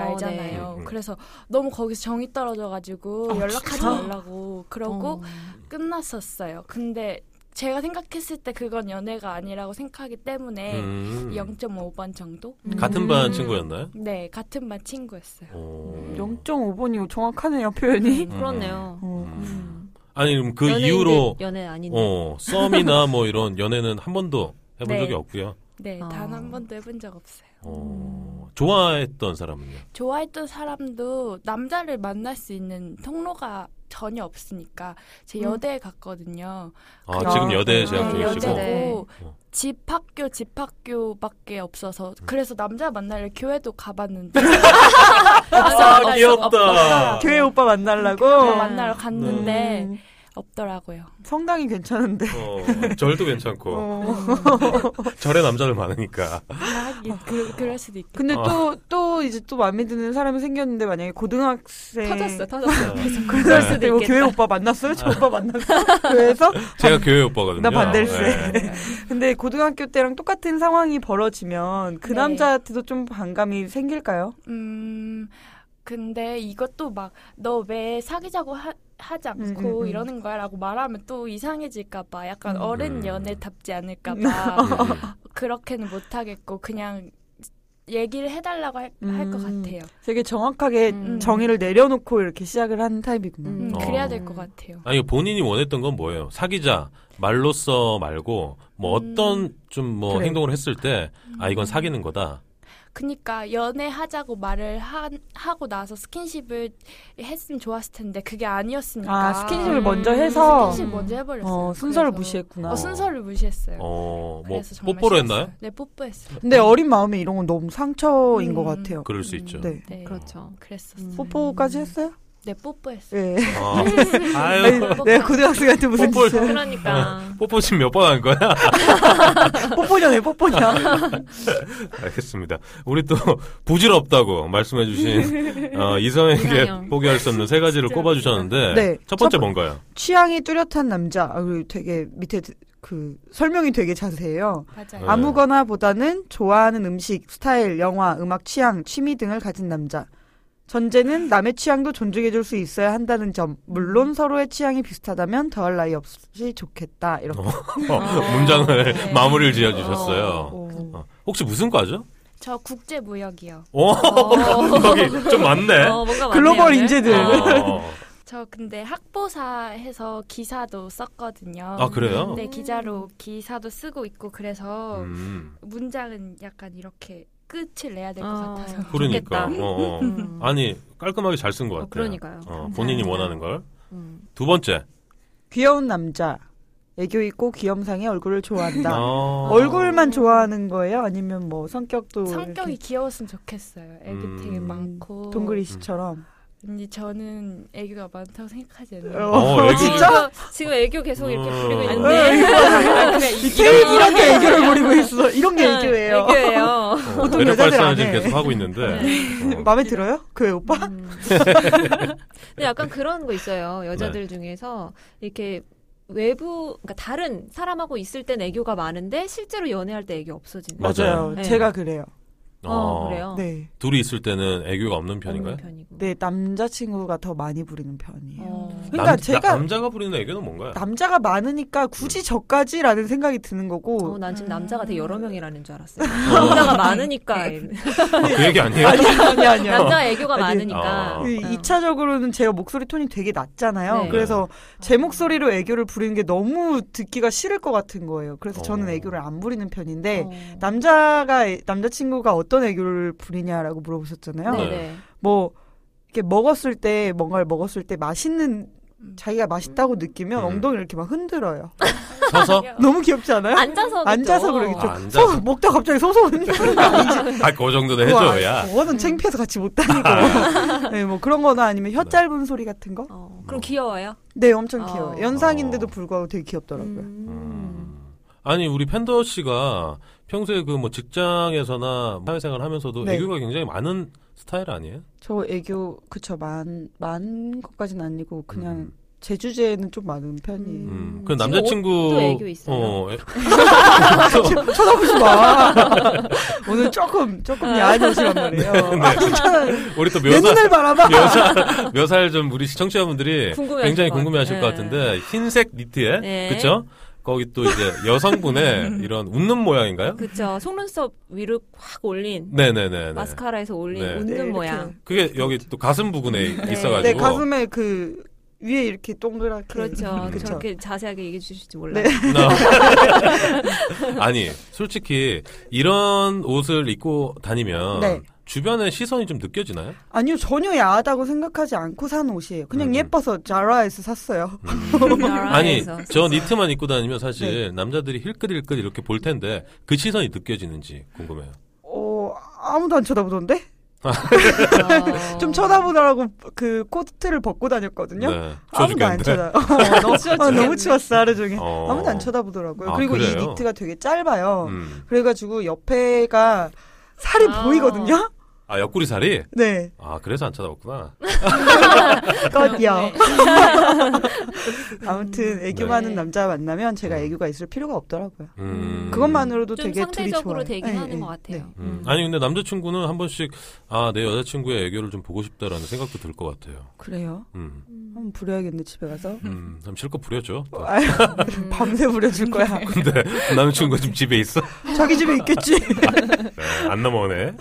A: 네.
G: 알잖아요.
A: 음, 음.
G: 그래서 너무 거기서 정이
E: 아,
G: 떨어져가지고 연락하지 말라고 그러고
E: 어.
G: 끝났었어요. 근데 제가 생각했을 때 그건 연애가 아니라고 생각하기 때문에
A: 음.
G: 0.5번 정도?
E: 음.
A: 같은 반 친구였나요?
G: 네, 같은 반 친구였어요.
A: 어.
D: 0.5번이고 정확하네요 표현이.
E: 그렇네요.
D: 어.
A: 음. 아니, 그럼 그 이후로,
E: 연애 아닌데.
A: 어, 썸이나 뭐 이런 연애는 한 번도 해본
G: 네.
A: 적이 없고요.
G: 네,
E: 아.
G: 단 한 번도 해본 적 없어요.
A: 어, 좋아했던 사람은요?
G: 좋아했던 사람도 남자를 만날 수 있는 통로가 전혀 없으니까
E: 음.
G: 제 여대에 갔거든요.
A: 아,
D: 그-
A: 지금 여대
D: 아,
A: 재학
G: 네,
A: 중이시고.
E: 여대네.
G: 여대고
A: 어.
G: 집 학교 집 학교밖에 없어서 그래서 남자 만나려 교회도 가봤는데
A: 아, 귀엽다.
D: 교회 오빠 만나려고.
G: 어, 만나러 갔는데
D: 음.
G: 없더라고요.
D: 성당이 괜찮은데.
A: 어, 절도 괜찮고
D: 어.
G: 네.
A: 절에 남자들 많으니까.
D: 아,
G: 하긴 그, 그럴 수도 있겠
D: 근데
A: 어.
D: 또 또 이제 또 마음에 드는 사람이 생겼는데 만약에 고등학생
E: 네. 터졌어, 터졌어.
A: 네.
E: 그래서
D: 그럴
E: 그럴 수도
D: 때
E: 있겠다.
D: 뭐 교회 오빠 만났어요? 저 오빠 만났어? 교회에서?
A: 제가 교회 오빠거든요.
D: 나 반댈세.
A: 네.
D: 근데 고등학교 때랑 똑같은 상황이 벌어지면 그
G: 네.
D: 남자한테도 좀 반감이 생길까요?
G: 음, 근데 이것도 막 너 왜 사귀자고 하, 하지 않고
D: 음, 음.
G: 이러는 거야라고 말하면 또 이상해질까봐 약간
D: 음.
A: 음.
D: 네.
G: 어른 연애답지 않을까봐 그렇게는 못하겠고 그냥 얘기를 해달라고 할 것
D: 음.
G: 같아요.
D: 되게 정확하게
E: 음.
D: 정의를 내려놓고 이렇게 시작을 하는 타입이구나.
G: 음,
A: 어.
G: 그래야 될 것 같아요.
A: 아니 본인이 원했던 건 뭐예요? 사귀자 말로써 말고 뭐
G: 음.
A: 어떤 좀 뭐
D: 그래.
A: 행동을 했을 때 아 이건 사귀는 거다.
G: 그니까 연애하자고 말을 하, 하고 나서 스킨십을 했으면 좋았을 텐데 그게 그러니까 아니었으니까.
D: 아, 스킨십을
E: 음.
D: 먼저 해서
G: 스킨십 먼저 해버렸어요.
D: 어, 순서를
G: 그래서-
D: 무시했구나.
G: 어, 순서를 무시했어요.
A: 어뭐
G: 그래서 정말
A: 뽀뽀를
G: 싫었어요.
A: 했나요?
G: 네, 뽀뽀했어요.
D: 근데 어린 마음에 이런 건 너무 상처인
G: 음.
D: 것 같아요.
A: 그럴 수 있죠.
D: 네.
G: 네,
E: 그렇죠.
G: 그랬었어요.
D: 음. 뽀뽀까지 했어요?
G: 네, 뽀뽀했어요.
D: 예.
A: 아, 아유
G: 뽀뽀.
D: 내가 고등학생한테 무슨
A: 뽀뽀를-
D: 짓이야.
E: 그러니까.
A: 뽀뽀 지금 몇 번 한 거야?
D: 뽀뽀냐네, 뽀뽀냐.
A: 알겠습니다. 우리 또 부질없다고 말씀해주신 어, 이성에게
E: 이상형.
A: 포기할 수 없는 세 가지를 꼽아주셨는데
D: 네.
A: 첫 번째
D: 첫-
A: 뭔가요?
D: 취향이 뚜렷한 남자. 아, 그리고 되게 밑에 드- 그 설명이 되게 자세해요.
A: 네.
G: 맞아요.
D: 아무거나 보다는 좋아하는 음식, 스타일, 영화, 음악 취향, 취미 등을 가진 남자. 전제는 남의 취향도 존중해줄 수 있어야 한다는 점.
A: 음.
D: 물론 서로의 취향이 비슷하다면 더할 나위 없이 좋겠다. 이렇게.
A: 어, 문장을
G: 네.
A: 마무리를 지어주셨어요.
D: 오.
A: 어, 혹시 무슨 과죠?
G: 저 국제무역이요.
A: 오,
E: 어.
A: 거기 좀 많네.
E: 어, 뭔가
D: 글로벌
E: 맞네요,
D: 인재들.
E: 오늘. 어.
A: 어.
G: 저 근데 학보사 해서 기사도 썼거든요.
A: 아 그래요?
G: 네, 기자로 기사도 쓰고 있고 그래서
A: 음,
G: 문장은 약간 이렇게 끝을 내야 될 것
E: 어.
G: 같아서.
A: 그러니까.
E: 좋겠다.
A: 어, 어.
E: 음.
A: 아니 깔끔하게 잘 쓴 것
E: 어,
A: 같아요.
E: 그러니까요.
A: 어, 본인이
G: 감사합니다.
A: 원하는 걸.
E: 음.
A: 두 번째.
D: 귀여운 남자. 애교 있고 귀염상의 얼굴을 좋아한다.
A: 어.
D: 얼굴만 좋아하는 거예요? 아니면 뭐 성격도
G: 성격이
D: 이렇게
G: 귀여웠으면 좋겠어요. 애교
A: 음.
G: 되게 많고.
D: 동그리 씨처럼
G: 근데 저는 애교가 많다고 생각하지
D: 어.
G: 않아요.
A: 어, 애기.
E: 진짜? 지금 애교 계속 이렇게
A: 어.
E: 부리고
D: 어,
E: 있는데. 아,
D: 이렇게 이렇게 애교를 부리고 있어. 이런 게 음, 네. 애교예요.
E: 애교예요.
A: 어,
D: 보통
A: 매력
D: 여자들 네.
A: 발산을
D: 안
A: 지금
D: 해.
A: 계속 하고 있는데. 어.
D: 마음에 들어요? 그 오빠?
E: 음. 근데 약간 그런 거 있어요. 여자들 중에서 이렇게 외부 그러니까 다른 사람하고 있을 땐 애교가 많은데 실제로 연애할 때 애교 없어지는.
A: 맞아요.
E: 네.
D: 제가 그래요.
E: 어,
A: 어,
E: 그래요.
D: 네.
A: 둘이 있을 때는 애교가 없는 편인가요?
E: 없는 편이고.
D: 네, 남자친구가 더 많이 부리는 편이에요.
E: 어.
D: 그러니까
A: 남,
D: 제가-
A: 자가 부리는 애교는 뭔가요?
D: 남자가 많으니까
A: 음.
D: 굳이 저까지라는 생각이 드는 거고.
E: 어, 난 지금 남자가 되게 여러 명이라는 줄 알았어요.
A: 어.
E: 남자가 많으니까.
A: 아, 그 얘기 아니에요?
D: 아니, 아니, 아니.
E: 남자 애교가
D: 아니,
E: 많으니까.
A: 어.
D: 그
E: 어.
D: 2차적으로는 제 목소리 톤이 되게 낮잖아요.
E: 네.
D: 그래서 제 목소리로 애교를 부리는 게 너무 듣기가 싫을 것 같은 거예요. 그래서 저는
A: 어.
D: 애교를 안 부리는 편인데
E: 어.
D: 남자가 남자친구가 어떤 애교를 부리냐라고 물어보셨잖아요.
A: 네.
E: 네네.
D: 뭐 이렇게 먹었을 때 뭔가를 먹었을 때 맛있는
E: 음.
D: 자기가 맛있다고 느끼면
A: 음.
D: 엉덩이를 이렇게 막 흔들어요.
A: 서서?
D: 너무 귀엽지 않아요?
E: 앉아서
D: 앉아서
E: 그죠?
D: 그러겠죠.
A: 아, 앉아서.
D: 서- 먹다 갑자기 서서 흔드는 거 아니지?
A: 아, 그 정도는
D: 그거
A: 해줘야.
D: 아- 그거는 창피해서 같이 못 다니고. 네, 뭐 그런 거나 아니면 혀
A: 아. 네.
D: 짧은 소리 같은 거?
E: 어, 그럼 귀여워요.
D: 네, 엄청 귀여워요.
E: 어.
D: 연상인데도
A: 어.
D: 불구하고 되게 귀엽더라고요.
E: 음.
A: 음. 아니, 우리 팬더 씨가 평소에 그 뭐 직장에서나 사회생활 하면서도
D: 네.
A: 애교가 굉장히 많은 스타일 아니에요?
D: 저 애교 그쵸 만, 만 것까지는 아니고 그냥
A: 음.
D: 제 주제는 좀 많은 편이에요.
A: 음,
E: 음.
A: 그
E: 지금
A: 남자친구.
E: 옷도 애교 있어요?
A: 어, 애-
D: 아, 쳐다보지 마. 오늘 조금 조금
E: 아.
D: 야한 옷이란 말이에요.
A: 네.
D: 아, 괜찮아요.
A: 우리 또
D: 내
A: 묘사,
D: 눈을 바라봐.
A: 묘사, 묘사를 좀 우리 시청자분들이
E: 궁금해하실
A: 음. 굉장히
E: 것
A: 궁금해하실 것
E: 같아요.
A: 같은데 흰색 니트에
E: 네. 음.
A: 그쵸? 거기 또 이제 여성분의 이런 웃는 모양인가요?
E: 그쵸. 속눈썹 위로 확 올린
A: 네네네. 네
E: 마스카라에서 올린
A: 네.
E: 웃는
D: 네, 이렇게.
E: 모양.
A: 그게 여기 또 가슴 부분에 있어가지고
D: 네 가슴에 그 위에 이렇게 음, 동그랗게.
E: 그렇죠.
A: 그쵸.
E: 저렇게 자세하게 얘기해 주실지 몰라요.
D: 네.
A: 나- 아니 솔직히 이런 옷을 입고 다니면
D: 네.
A: 주변에 시선이 좀 느껴지나요?
D: 아니요 전혀 야하다고 생각하지 않고 산 옷이에요. 그냥
A: 음.
D: 예뻐서 자라에서 샀어요.
A: 아니
E: 그 나라에서 네.
A: 저 니트만 입고 다니면 사실 남자들이 힐끗힐끗 이렇게 볼 텐데 그 시선이 느껴지는지 궁금해요.
D: 어 아무도 안 쳐다보던데?
E: 어.
D: 좀 쳐다보느라고 그 코트를 벗고 다녔거든요.
A: 네.
D: 아무도 안
A: 죽겠는데?
D: 쳐다. 어, 너무 추웠어. 어, 너무 추웠어 하루 종일.
A: 어.
D: 아무도 안 쳐다보더라고요.
A: 아,
D: 그리고
A: 그래요?
D: 이 니트가 되게 짧아요.
A: 음.
D: 그래가지고 옆에가 살이
E: 아.
D: 보이거든요.
A: 아 옆구리 살이?
D: 네,
A: 아 그래서 안 쳐다봤구나.
D: 껏요.
G: 네.
D: 아무튼 애교 많은
E: 네.
D: 남자 만나면 제가
A: 음.
D: 애교가 있을 필요가 없더라고요.
A: 음.
D: 그것만으로도
E: 좀
D: 되게 둘이
E: 상대적으로
D: 좋아요.
E: 되긴
D: 네,
E: 하는
D: 네,
E: 것 같아요.
A: 음. 아니 근데 남자친구는 한 번씩 아 내 여자친구의 애교를 좀 보고 싶다라는 생각도 들 것 같아요.
D: 그래요?
A: 음.
D: 한번 부려야겠네 집에 가서. 뭐,
A: 음. 그럼 실컷 부려줘. 또.
D: 아유,
E: 음.
D: 밤새 부려줄 거야.
E: 네.
A: 근데 남자친구가 지금 집에 있어?
D: 자기 집에 있겠지.
A: 네, 안 넘어오네. 예.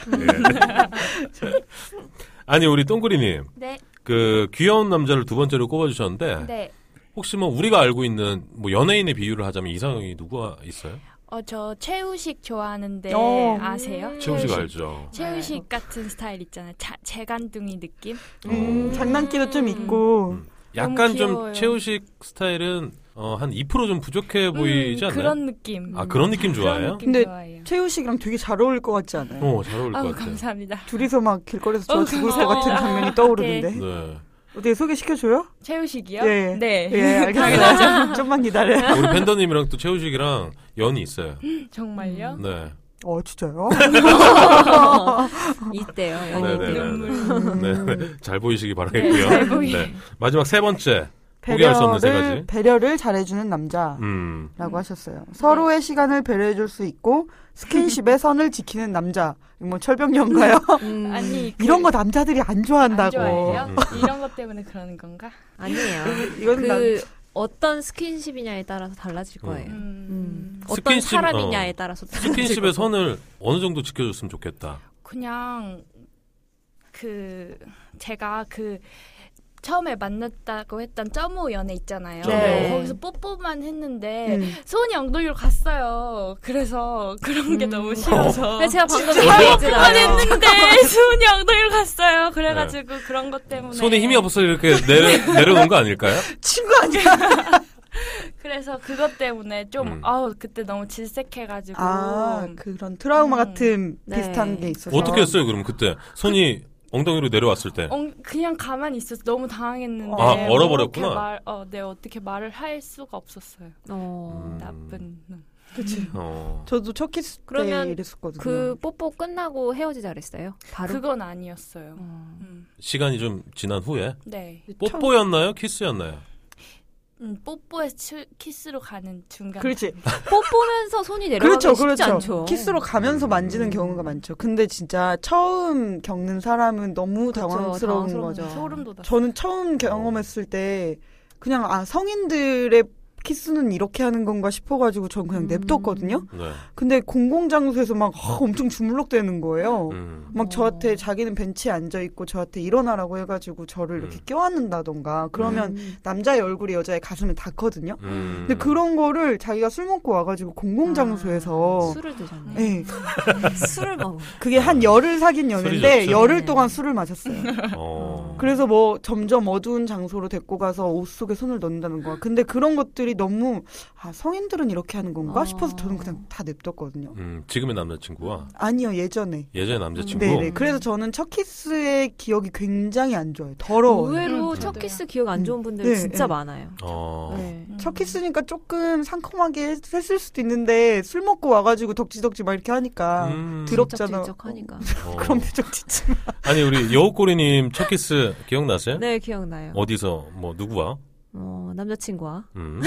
A: 아니 우리 똥그리님
G: 네.
A: 그 귀여운 남자를 두 번째로 꼽아주셨는데
G: 네.
A: 혹시 뭐 우리가 알고 있는 뭐 연예인의 비유를 하자면 이상형이 누가 있어요?
G: 어, 저 최우식 좋아하는데
D: 어.
G: 아세요?
A: 최우식 알죠.
G: 최우식 같은 스타일 있잖아요. 자, 재간둥이 느낌?
D: 음,
A: 어.
D: 장난기도 좀 있고.
A: 약간 좀
G: 귀여워요.
A: 최우식 스타일은 어, 한 2%좀 부족해 뭐 보이지
G: 음,
A: 않나요?
G: 그런 느낌.
A: 아 그런 느낌
G: 그런
A: 좋아해요?
G: 느낌
D: 근데
G: 좋아해요.
D: 최우식이랑 되게 잘 어울릴 것 같지 않아요?
A: 어 잘 어울릴
G: 아우
A: 것 같아요.
G: 감사합니다.
D: 둘이서 막 길거리에서 좋아
G: 어,
D: 죽을 것
G: 감사합니다.
D: 같은 장면이 떠오르는데.
A: 네.
D: 어떻게 소개시켜줘요?
G: 최우식이요?
D: 예.
G: 네.
D: 예, 알겠어요. 좀만 기다려.
A: 우리 팬더님이랑 또 최우식이랑 연이 있어요.
G: 정말요?
A: 네.
D: 어, 진짜요?
E: 있대요.
A: 네네네.
G: 눈물.
A: 네. 네. 잘 보이시기 바라겠고요. 네.
G: 잘 보이게.
A: 마지막 세 번째. 포기할 수 없는 세 가지.
D: 배려를 잘해주는 남자라고
A: 음.
D: 하셨어요. 서로의 시간을 배려해줄 수 있고, 스킨십의 선을 지키는 남자. 뭐, 철벽연가요?
G: 아니
D: 음.
G: 그-
D: 이런 거 남자들이 안
G: 안
D: 좋아한다고. 어,
G: 좋아해요?
A: 음.
G: 이런 것 때문에 그러는 건가?
E: 아니에요.
D: 이건 남-
E: 그 어떤 스킨십이냐에 따라서 달라질 거예요.
G: 음,
E: 어떤
A: 스킨십,
E: 사람이냐에
A: 어.
E: 따라서 달라질
A: 스킨십의
E: 거고.
A: 선을 어느 정도 지켜줬으면 좋겠다.
G: 그냥 그 제가 그 처음에 만났다고 했던 점오 연애 있잖아요.
A: 네.
G: 거기서 뽀뽀만 했는데
D: 음.
G: 손이 엉덩이로 갔어요. 그래서 그런 게
D: 음.
G: 너무 싫어서
E: 근데 제가 방금 얘기했잖아요.
G: 안 했는데 손이 엉덩이로 갔어요. 그래가지고 그런 것 때문에
A: 네. 손에 힘이 없어서 이렇게 내려, 내려놓은 거 아닐까요?
D: 친구 아니야?
G: 그래서 그것 때문에 좀
A: 음.
G: 아우 그때 너무 질색해가지고
D: 아, 그런 트라우마
G: 음.
D: 같은
E: 네.
D: 비슷한 게 있어서.
A: 어떻게 했어요, 그럼 그때? 손이 엉덩이로 내려왔을 때.
G: 엉- 그냥 가만히 있어서 너무 당황했는데
A: 아,
G: 뭐
A: 얼어버렸구나.
G: 어떻게 말, 어, 네 어떻게 말을 할 수가 없었어요.
E: 어.
A: 음.
G: 나쁜 놈.
A: 어.
D: 저도 첫 키스 때
E: 그러면
D: 이랬었거든요.
E: 그 뽀뽀 끝나고 헤어지자 그랬어요. 바로.
G: 그건 아니었어요.
E: 어.
G: 음,
A: 시간이 좀 지난 후에.
G: 네.
A: 뽀뽀였나요? 키스였나요?
G: 음, 뽀뽀에 치- 키스로 가는 중간. 음,
D: 그렇지.
E: 뽀뽀면서 손이 내려가기
D: 그렇죠,
E: 네, 쉽지
D: 그렇죠.
E: 않죠.
D: 키스로 가면서
A: 음.
D: 만지는 경우가 많죠. 근데 진짜 처음 겪는 사람은 너무
E: 그렇죠,
D: 당황스러운 거죠.
E: 당황스러운
G: 소름 돋았어.
D: 저는 처음 경험했을 때 그냥 아 성인들의 키스는 이렇게 하는 건가 싶어가지고 전 그냥
E: 음.
D: 냅뒀거든요.
A: 네.
D: 근데 공공장소에서 막 아, 엄청 주물럭대는 거예요.
A: 음.
D: 막
E: 어.
D: 저한테 자기는 벤치에 앉아 있고 저한테 일어나라고 해가지고 저를 이렇게
A: 음.
D: 껴안는다던가 그러면
E: 음.
D: 남자의 얼굴이 여자의 가슴에 닿거든요.
A: 음.
D: 근데 그런 거를 자기가 술 먹고 와가지고 공공장소에서
E: 술을 드셨네.
A: 아.
D: 예,
E: 술을 먹어.
D: 그게 한 열흘 사귄
A: 술이
D: 연애인데
A: 좋죠.
D: 열흘
E: 네.
D: 동안 술을 마셨어요.
A: 어.
D: 그래서 뭐 점점 어두운 장소로 데리고 가서 옷 속에 손을 넣는다는 거야. 근데 그런 것들이 너무 아 성인들은 이렇게 하는 건가
E: 어.
D: 싶어서 저는 그냥 다 냅뒀거든요.
A: 음, 지금의 남자친구와
D: 아니요 예전에.
A: 예전의 남자친구.
D: 네네. 그래서 저는 첫 키스의 기억이 굉장히 안 좋아요. 더러워. 요
E: 의외로
G: 음,
E: 첫
G: 저도요.
E: 키스 기억 안 좋은 분들
D: 네,
E: 진짜
D: 네.
E: 많아요.
A: 그렇죠, 네. 어.
E: 네.
G: 음.
D: 첫 키스니까 조금 상큼하게 했- 했을 수도 있는데 술 먹고 와가지고 덕지덕지 막 이렇게
E: 아,
D: 하니까
A: 음.
D: 더럽잖아.
E: 하니까.
A: 어.
D: 그런 표정 짓지 마.
A: 아니 우리 여우꼬리님 첫 키스 기억나세요?
E: 네, 기억나요.
A: 어디서 뭐 누구와?
E: 어, 남자친구와.
A: 음.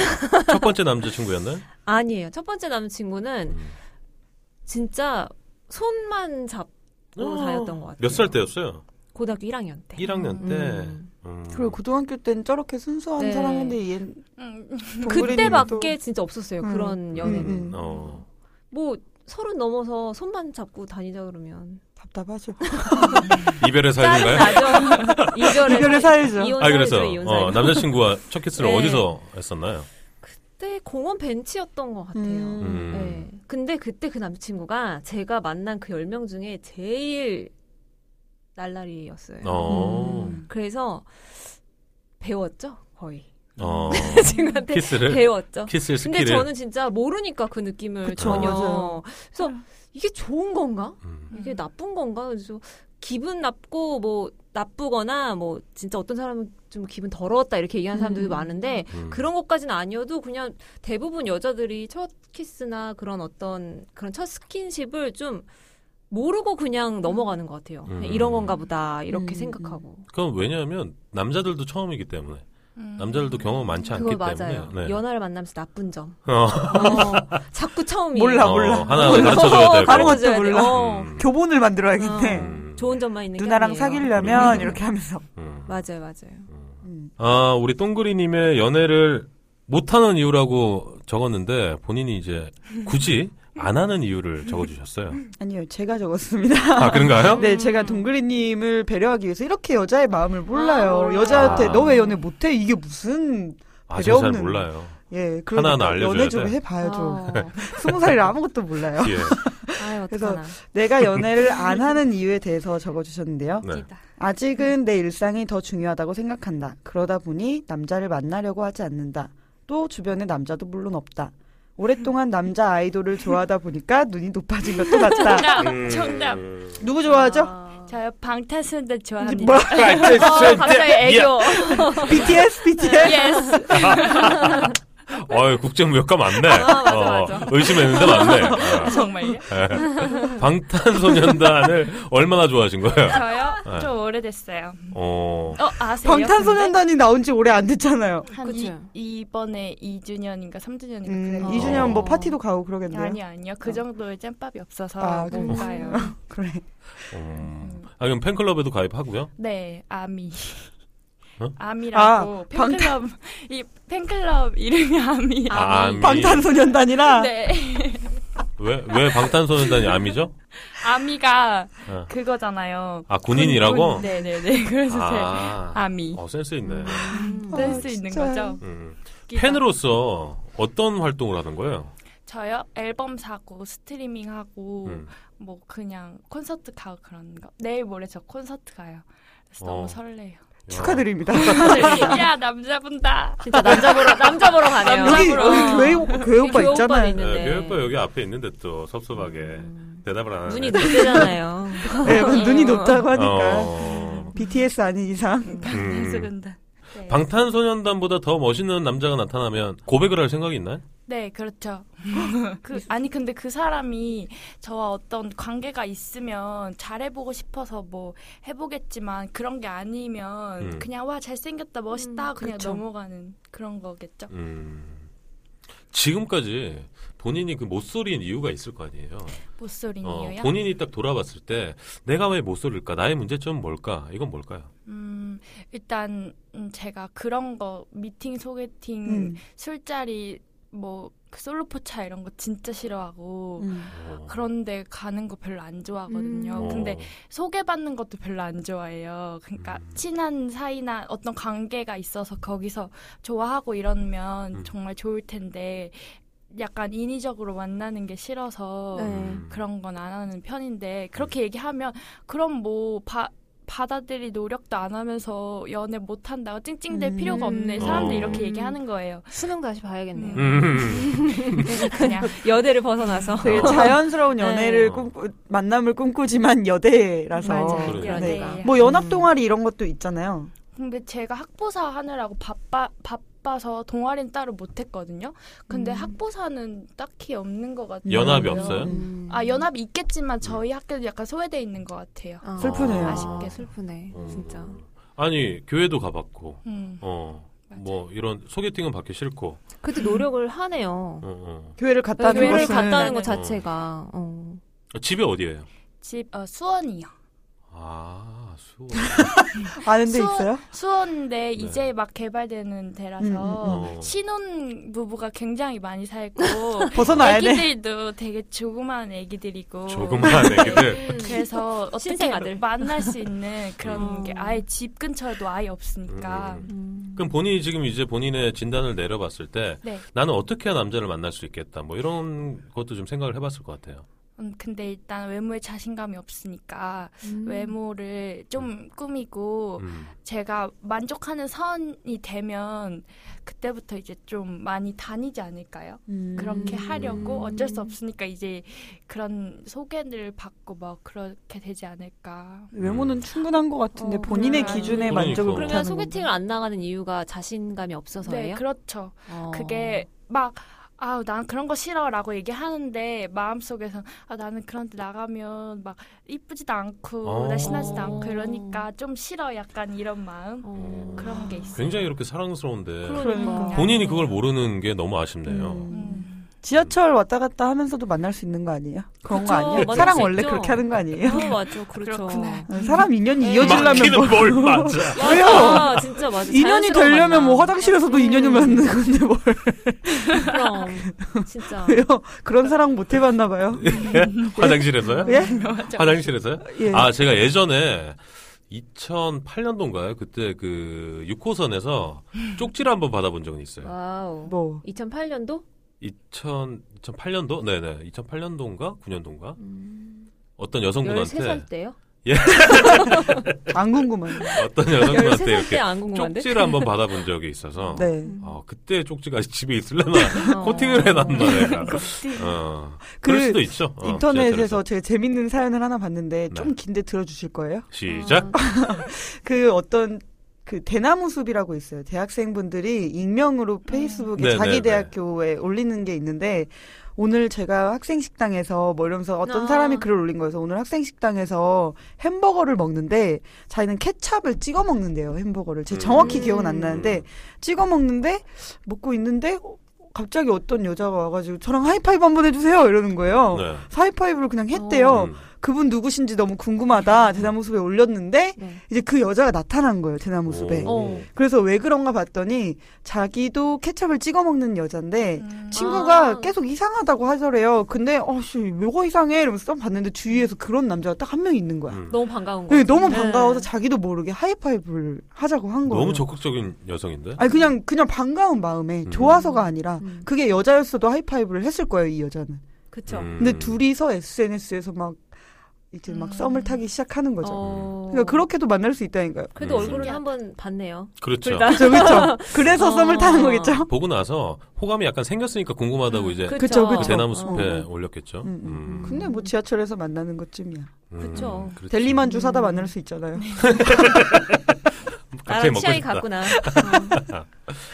A: 첫 번째 남자친구였나요?
E: 아니에요. 첫 번째 남자친구는
A: 음.
E: 진짜 손만 잡고 다녔던 것 같아요.
A: 어. 몇 살 때였어요?
E: 고등학교 1학년 때.
A: 1학년 때.
E: 음.
A: 음.
D: 그리고 고등학교 때는 저렇게 순수한
E: 네.
D: 사람인데 얘
G: 음,
E: 그때밖에 진짜 없었어요.
D: 음.
E: 그런 연애는.
D: 음, 음.
A: 어.
E: 뭐 서른 넘어서 손만 잡고 다니자 그러면
D: 답답하죠.
A: 이별의
E: 짜증
A: 사연인가요?
E: 나죠. 이별의,
D: 이별의
E: 사-
D: 사이죠.
E: 이혼
A: 아 그래서
E: 사이죠, 이혼 사이.
A: 어, 남자친구와 첫 키스를
E: 네.
A: 어디서 했었나요?
E: 그때 공원 벤치였던 것 같아요.
D: 음.
A: 음.
E: 네. 근데 그때 그 남자친구가 제가 만난 그 10명 중에 제일 날라리였어요.
A: 어.
E: 그래서 배웠죠, 거의.
A: 어.
E: 친구한테
A: 키스를
E: 배웠죠.
A: 키스
E: 네. 근데
A: 스킬을.
E: 저는 진짜 모르니까 그 느낌을
D: 그쵸,
E: 전혀.
D: 맞아요.
E: 그래서 이게 좋은 건가?
A: 음.
E: 이게 나쁜 건가? 그래서 기분 나쁘고 뭐 나쁘거나 뭐 진짜 어떤 사람은 좀 기분 더러웠다 이렇게 얘기하는 사람들도 많은데
A: 음.
E: 그런 것까지는 아니어도 그냥 대부분 여자들이 첫 키스나 그런 어떤 그런 첫 스킨십을 좀 모르고 그냥 넘어가는 것 같아요. 그냥
A: 음.
E: 이런 건가 보다 이렇게
D: 음,
E: 생각하고
A: 그건 왜냐하면 남자들도 처음이기 때문에
G: 음.
A: 남자들도 경험 많지 않기
E: 그걸
A: 때문에
E: 맞아요.
A: 네.
E: 연하를 만나면서 나쁜 점
A: 어,
E: 어, 자꾸 처음이에요.
D: 몰라,
A: 어,
D: 몰라.
A: 하나
D: 몰라.
A: 가르쳐줘야 되고
D: 다른 것도
E: 가르쳐줘야 돼.
D: 몰라.
E: 어.
A: 음,
D: 교본을 만들어야겠네.
E: 어,
A: 음.
E: 좋은 점만 있는 게
D: 누나랑
E: 아니에요.
D: 사귀려면
A: 음.
D: 이렇게 하면서.
A: 음.
E: 맞아요, 맞아요.
D: 음.
A: 아, 우리 똥그리님의 연애를 못하는 이유라고 적었는데 본인이 이제 굳이 안 하는 이유를 적어주셨어요.
D: 아니요, 제가 적었습니다.
A: 아, 그런가요?
D: 네, 제가 동그리님을 배려하기 위해서 이렇게 여자의 마음을
E: 아,
D: 몰라요.
E: 몰라요.
D: 여자한테
A: 아.
D: 너 왜 연애 못해? 이게 무슨
A: 아, 제가 잘
D: 배려 없는-
A: 몰라요.
D: 예,
A: 하나하나
D: 그러니까
A: 알려줘야
D: 연애 좀
A: 돼.
D: 해봐야죠.
E: 어.
D: 스무 살이라 아무것도 몰라요.
A: 예.
E: 아유,
D: 그래서
E: 어떡하나.
D: 내가 연애를 안 하는 이유에 대해서 적어주셨는데요.
A: 네.
D: 아직은 내 일상이 더 중요하다고 생각한다. 그러다 보니 남자를 만나려고 하지 않는다. 또 주변에 남자도 물론 없다. 오랫동안 남자 아이돌을 좋아하다 보니까 눈이 높아진 것도 같다.
G: 정답
A: 음.
G: 정답.
D: 누구 좋아하죠?
E: 아.
G: 저요 방탄소년단 좋아합니다.
D: 뭐
G: 어, 갑자기 애교.
D: BTS,
G: 네.
D: BTS.
G: 예스.
A: 어이, 국제무역가 맞네.
G: 아, 맞아,
A: 어,
G: 맞아.
A: 의심했는데 맞네. 아,
G: 정말요?
A: 예. 방탄소년단을 얼마나 좋아하신 거예요?
G: 저요?
A: 네.
G: 좀 오래됐어요.
A: 어,
G: 어 아세요?
D: 방탄소년단이 나온 지 오래 안 됐잖아요.
G: 근데? 한
E: 그쵸.
G: 이, 이번에 2주년인가 3주년인가
D: 음,
G: 네, 그랬는데
D: 2주년 뭐
E: 어.
D: 파티도 가고 그러겠네요. 어.
G: 아니요 아니요 그 정도의 짬밥이 없어서
D: 아,
G: 못
D: 그래요?
G: 가요.
D: 그래.
A: 음. 아, 그럼 팬클럽에도 가입하고요?
G: 네 아미.
A: 어?
G: 아미라고
D: 아, 방탄-
G: 팬클럽 이 팬클럽 이름이 아미.
A: 아,
E: 아미.
A: 아미.
D: 방탄소년단이라
G: 네
A: 왜, 왜 방탄소년단이 아미죠?
G: 아미가
A: 어.
G: 그거잖아요.
A: 아, 군인이라고?
G: 네네네 그래서 제
A: 아,
G: 아미
A: 어, 센스 있네.
E: 음.
G: 될 수 있는
D: 진짜.
G: 거죠.
A: 음.
G: 웃기다.
A: 팬으로서 어떤 활동을 하는 거예요?
G: 저요 앨범 사고 스트리밍 하고
A: 음.
G: 뭐 그냥 콘서트 가고 그런 거. 내일 모레 저 콘서트 가요. 그래서
A: 어.
G: 너무 설레요.
D: 축하드립니다.
G: 네. 야 남자분다.
E: 진짜 남자 보러 남자 보러 가네요.
D: 여기
G: 남자분으로.
D: 여기 교회 오- 교회 오빠
E: 교회 오빠도
D: 있잖아요.
E: 있는데.
A: 네, 교육과 여기 앞에 있는데 또 섭섭하게 대답을 안 예. 하네.
E: 음. 눈이 높잖아요.
D: 네, 눈이 높다고 하니까
A: 어,
D: BTS 아닌 이상
A: 음.
G: 방탄소년단. 네.
A: 방탄소년단보다 더 멋있는 남자가 나타나면 고백을 할 생각이 있나요?
G: 네 그렇죠. 그, 아니 근데 그 사람이 저와 어떤 관계가 있으면 잘해보고 싶어서 뭐 해보겠지만 그런 게 아니면
A: 음.
G: 그냥 와 잘생겼다 멋있다 그냥
E: 그렇죠.
G: 넘어가는 그런 거겠죠.
A: 음. 지금까지 본인이 그 못소리인 이유가 있을 거 아니에요.
G: 못소린
A: 어,
G: 이유야.
A: 본인이 딱 돌아봤을 때 내가 왜 못소릴까? 나의 문제점은 뭘까? 이건 뭘까요?
G: 음, 일단 음, 제가 그런 거 미팅 소개팅
D: 음.
G: 술자리 뭐그 솔로포차 이런 거 진짜 싫어하고
D: 음.
A: 어.
G: 그런데 가는 거 별로 안 좋아하거든요.
A: 어.
G: 근데 소개받는 것도 별로 안 좋아해요. 그러니까
A: 음.
G: 친한 사이나 어떤 관계가 있어서 거기서 좋아하고 이러면
A: 음.
G: 정말 좋을 텐데 약간 인위적으로 만나는 게 싫어서
E: 네.
G: 음,
A: 음.
G: 그런 건 안 하는 편인데 그렇게 얘기하면 그럼 뭐 바, 받아들일 노력도 안 하면서 연애 못 한다고 찡찡댈
D: 음.
G: 필요가 없네 사람들 이
A: 어.
G: 이렇게 얘기하는 거예요
E: 수능 다시 봐야겠네요.
A: 음.
G: 그래서 그냥
E: 여대를 벗어나서.
D: 되게
A: 어.
D: 자연스러운
E: 네.
D: 연애를 꿈꾸 만남을 꿈꾸지만 여대라서
G: 맞아요
A: 그래요.
G: 연애
E: 네.
D: 뭐 연합 동아리 이런 것도 있잖아요.
G: 근데 제가 학보사 하느라고 바빠 바빠서 동아리는 따로 못했거든요 근데 학보사는 딱히 없는 것 같아요
A: 연합이 없어요?
E: 음.
G: 아 연합이 있겠지만 저희 학교도 약간 소외돼 있는 것 같아요
E: 아,
D: 슬프네요.
E: 아쉽게 슬프네.
A: 어.
E: 진짜.
A: 아니 교회도 가봤고
G: 음.
A: 어.
G: 맞아요.
A: 뭐 이런 소개팅은 받기 싫고
E: 그래도 노력을 하네요.
A: 어, 어.
D: 교회를 갔다는
E: 네, 교회를
D: 것은
E: 갔다는 것
G: 어.
E: 자체가. 어.
A: 아, 집이 어디예요?
G: 집 어, 수원이요
A: 아 수원
D: 아는 데
G: 수원-
D: 있어요?
G: 수원인데
A: 네.
G: 이제 막 개발되는 데라서
A: 음, 음.
G: 신혼 부부가 굉장히 많이 살고
D: 벗어나야 돼.
G: 아기들도 되게 조그마한 아기들이고
A: 조그만 애기들
G: 그래서 어떻게
E: 신생 아들.
G: 만날 수 있는 그런
E: 음.
G: 게 아예 집 근처에도 아예 없으니까
A: 음.
E: 음.
A: 그럼 본인이 지금 이제 본인의 진단을 내려봤을 때
G: 네.
A: 나는 어떻게 해야 남자를 만날 수 있겠다 뭐 이런 것도 좀 생각을 해봤을 것 같아요.
G: 음, 근데 일단 외모에 자신감이 없으니까
E: 음.
G: 외모를 좀 꾸미고
A: 음.
G: 제가 만족하는 선이 되면 그때부터 이제 좀 많이 다니지 않을까요?
D: 음.
G: 그렇게
E: 음.
G: 하려고 어쩔 수 없으니까 이제 그런 소개를 받고 막 그렇게 되지 않을까.
D: 외모는 충분한 것 같은데
G: 어,
D: 본인의
G: 그래요.
D: 기준에
A: 그러니까.
D: 만족을
A: 그러면
E: 그러면
D: 못하는
E: 소개팅을 안 나가는 이유가 자신감이
G: 네,
E: 없어서예요?
G: 그렇죠.
E: 어.
G: 그게 막 아우 난 그런 거 싫어라고 얘기하는데 마음속에서 아 나는 그런데 나가면 막 이쁘지도 않고
A: 어.
G: 날씬하지도 않고 이러니까 좀 싫어 약간 이런 마음
E: 어.
G: 그런 게 있어요.
A: 굉장히 이렇게 사랑스러운데
D: 그러니까.
A: 본인이 그걸 모르는 게 너무 아쉽네요.
G: 음.
D: 지하철 왔다 갔다 하면서도 만날 수 있는 거 아니에요? 그런
E: 그쵸,
D: 거 아니에요?
E: 만날
D: 사랑
E: 수
D: 원래
E: 있죠.
D: 그렇게 하는 거 아니에요?
E: 어, 맞죠. 그렇죠.
G: 그렇구나.
D: 사람
E: 네.
D: 인연이 이어지려면
E: 음.
A: 막히는
D: 뭐
A: 뭘 맞아.
E: 예. 맞아. 진짜 맞아.
D: 인연이
E: 자연스러운
D: 되려면 뭐
E: 만남.
D: 화장실에서도 인연이
E: 음.
D: 맞는 건데 뭘
E: 그럼 진짜.
D: 왜요? 그런 사랑 못 해봤나 봐요.
A: 예. 화장실에서요?
D: 예?
A: 화장실에서요?
D: 예.
A: 아, 제가 예전에 2008년도인가요? 그때 그 6호선에서 쪽지를 한번 받아본 적은 있어요.
E: 와우.
D: 뭐
E: 2008년도?
A: 2000, 2008년도? 네네. 2008년도인가? 9년도인가?
D: 음.
A: 어떤 여성분한테
E: 13살 때요?
D: 안 궁금해요.
A: 어떤 여성분한테
E: 13살
A: 이렇게
E: 때안 궁금한데?
A: 쪽지를 한번 받아본 적이 있어서
D: 네.
E: 음.
D: 어.
A: 어, 그때 쪽지가 집에 있으려나
E: 어.
A: 코팅을 해놨나 내가. 어,
D: 음. 그
A: 그럴 수도 있죠. 어,
D: 인터넷에서 제가 재밌는 사연을 하나 봤는데
A: 네.
D: 좀 긴데 들어주실 거예요?
A: 지하철에서. 시작.
D: 그 어떤 그 대나무 숲이라고 있어요. 대학생분들이
E: 음.
D: 익명으로 페이스북에
A: 네, 네,
D: 자기
A: 네.
D: 대학교에 올리는 게 있는데 오늘 제가 학생 식당에서 뭐 이러면서 어떤
E: 아.
D: 사람이 글을 올린 거여서 오늘 학생 식당에서 햄버거를 먹는데 자기는 케찹을 찍어 먹는데요. 햄버거를 제 정확히
E: 음.
D: 기억은 안 나는데 찍어 먹는데 먹고 있는데 갑자기 어떤 여자가 와가지고 저랑 하이파이브 한번 해주세요 이러는 거예요.
A: 네.
D: 하이파이브를 그냥 했대요.
A: 음.
D: 그분 누구신지 너무 궁금하다. 대나무 숲에 올렸는데
E: 네.
D: 이제 그 여자가 나타난 거예요 대나무 숲에
A: 오.
E: 어.
D: 그래서 왜 그런가 봤더니 자기도 케첩을 찍어 먹는 여잔데
G: 음.
D: 친구가
E: 아.
D: 계속 이상하다고 하더래요 근데 어씨 뭐가 이상해 이러면서 딱 봤는데 주위에서 그런 남자가 딱 한 명 있는 거야
A: 음.
E: 너무 반가운 거.
D: 네, 너무
E: 네.
D: 반가워서 자기도 모르게 하이파이브를 하자고 한 거예요
A: 너무 적극적인 여성인데?
D: 아니 그냥 그냥 반가운 마음에
A: 음.
D: 좋아서가 아니라
E: 음.
D: 그게 여자였어도 하이파이브를 했을 거예요 이 여자는
E: 그쵸.
A: 음.
D: 근데 둘이서 SNS에서 막 이제 막
G: 음.
D: 썸을 타기 시작하는 거죠
E: 어.
D: 그러니까 그렇게도 만날 수 있다니까요
E: 그래도
A: 음.
E: 얼굴은 한번 봤네요.
A: 그렇죠.
E: 둘 다.
D: 그렇죠 그렇죠 그래서
E: 어.
D: 썸을 타는 거겠죠
A: 보고 나서 호감이 약간 생겼으니까 궁금하다고
E: 음,
A: 이제 그
D: 그쵸,
A: 그
D: 그쵸.
A: 대나무
D: 어.
A: 숲에 올렸겠죠.
D: 음, 음.
A: 음.
D: 근데 뭐 지하철에서 만나는 것쯤이야.
A: 음,
E: 그쵸.
A: 그렇죠.
D: 델리만주 사다 만날 수 있잖아요.
A: 갑자기
E: 나랑
A: 먹고
E: 아, 취향이
A: 싶다.
E: 같구나.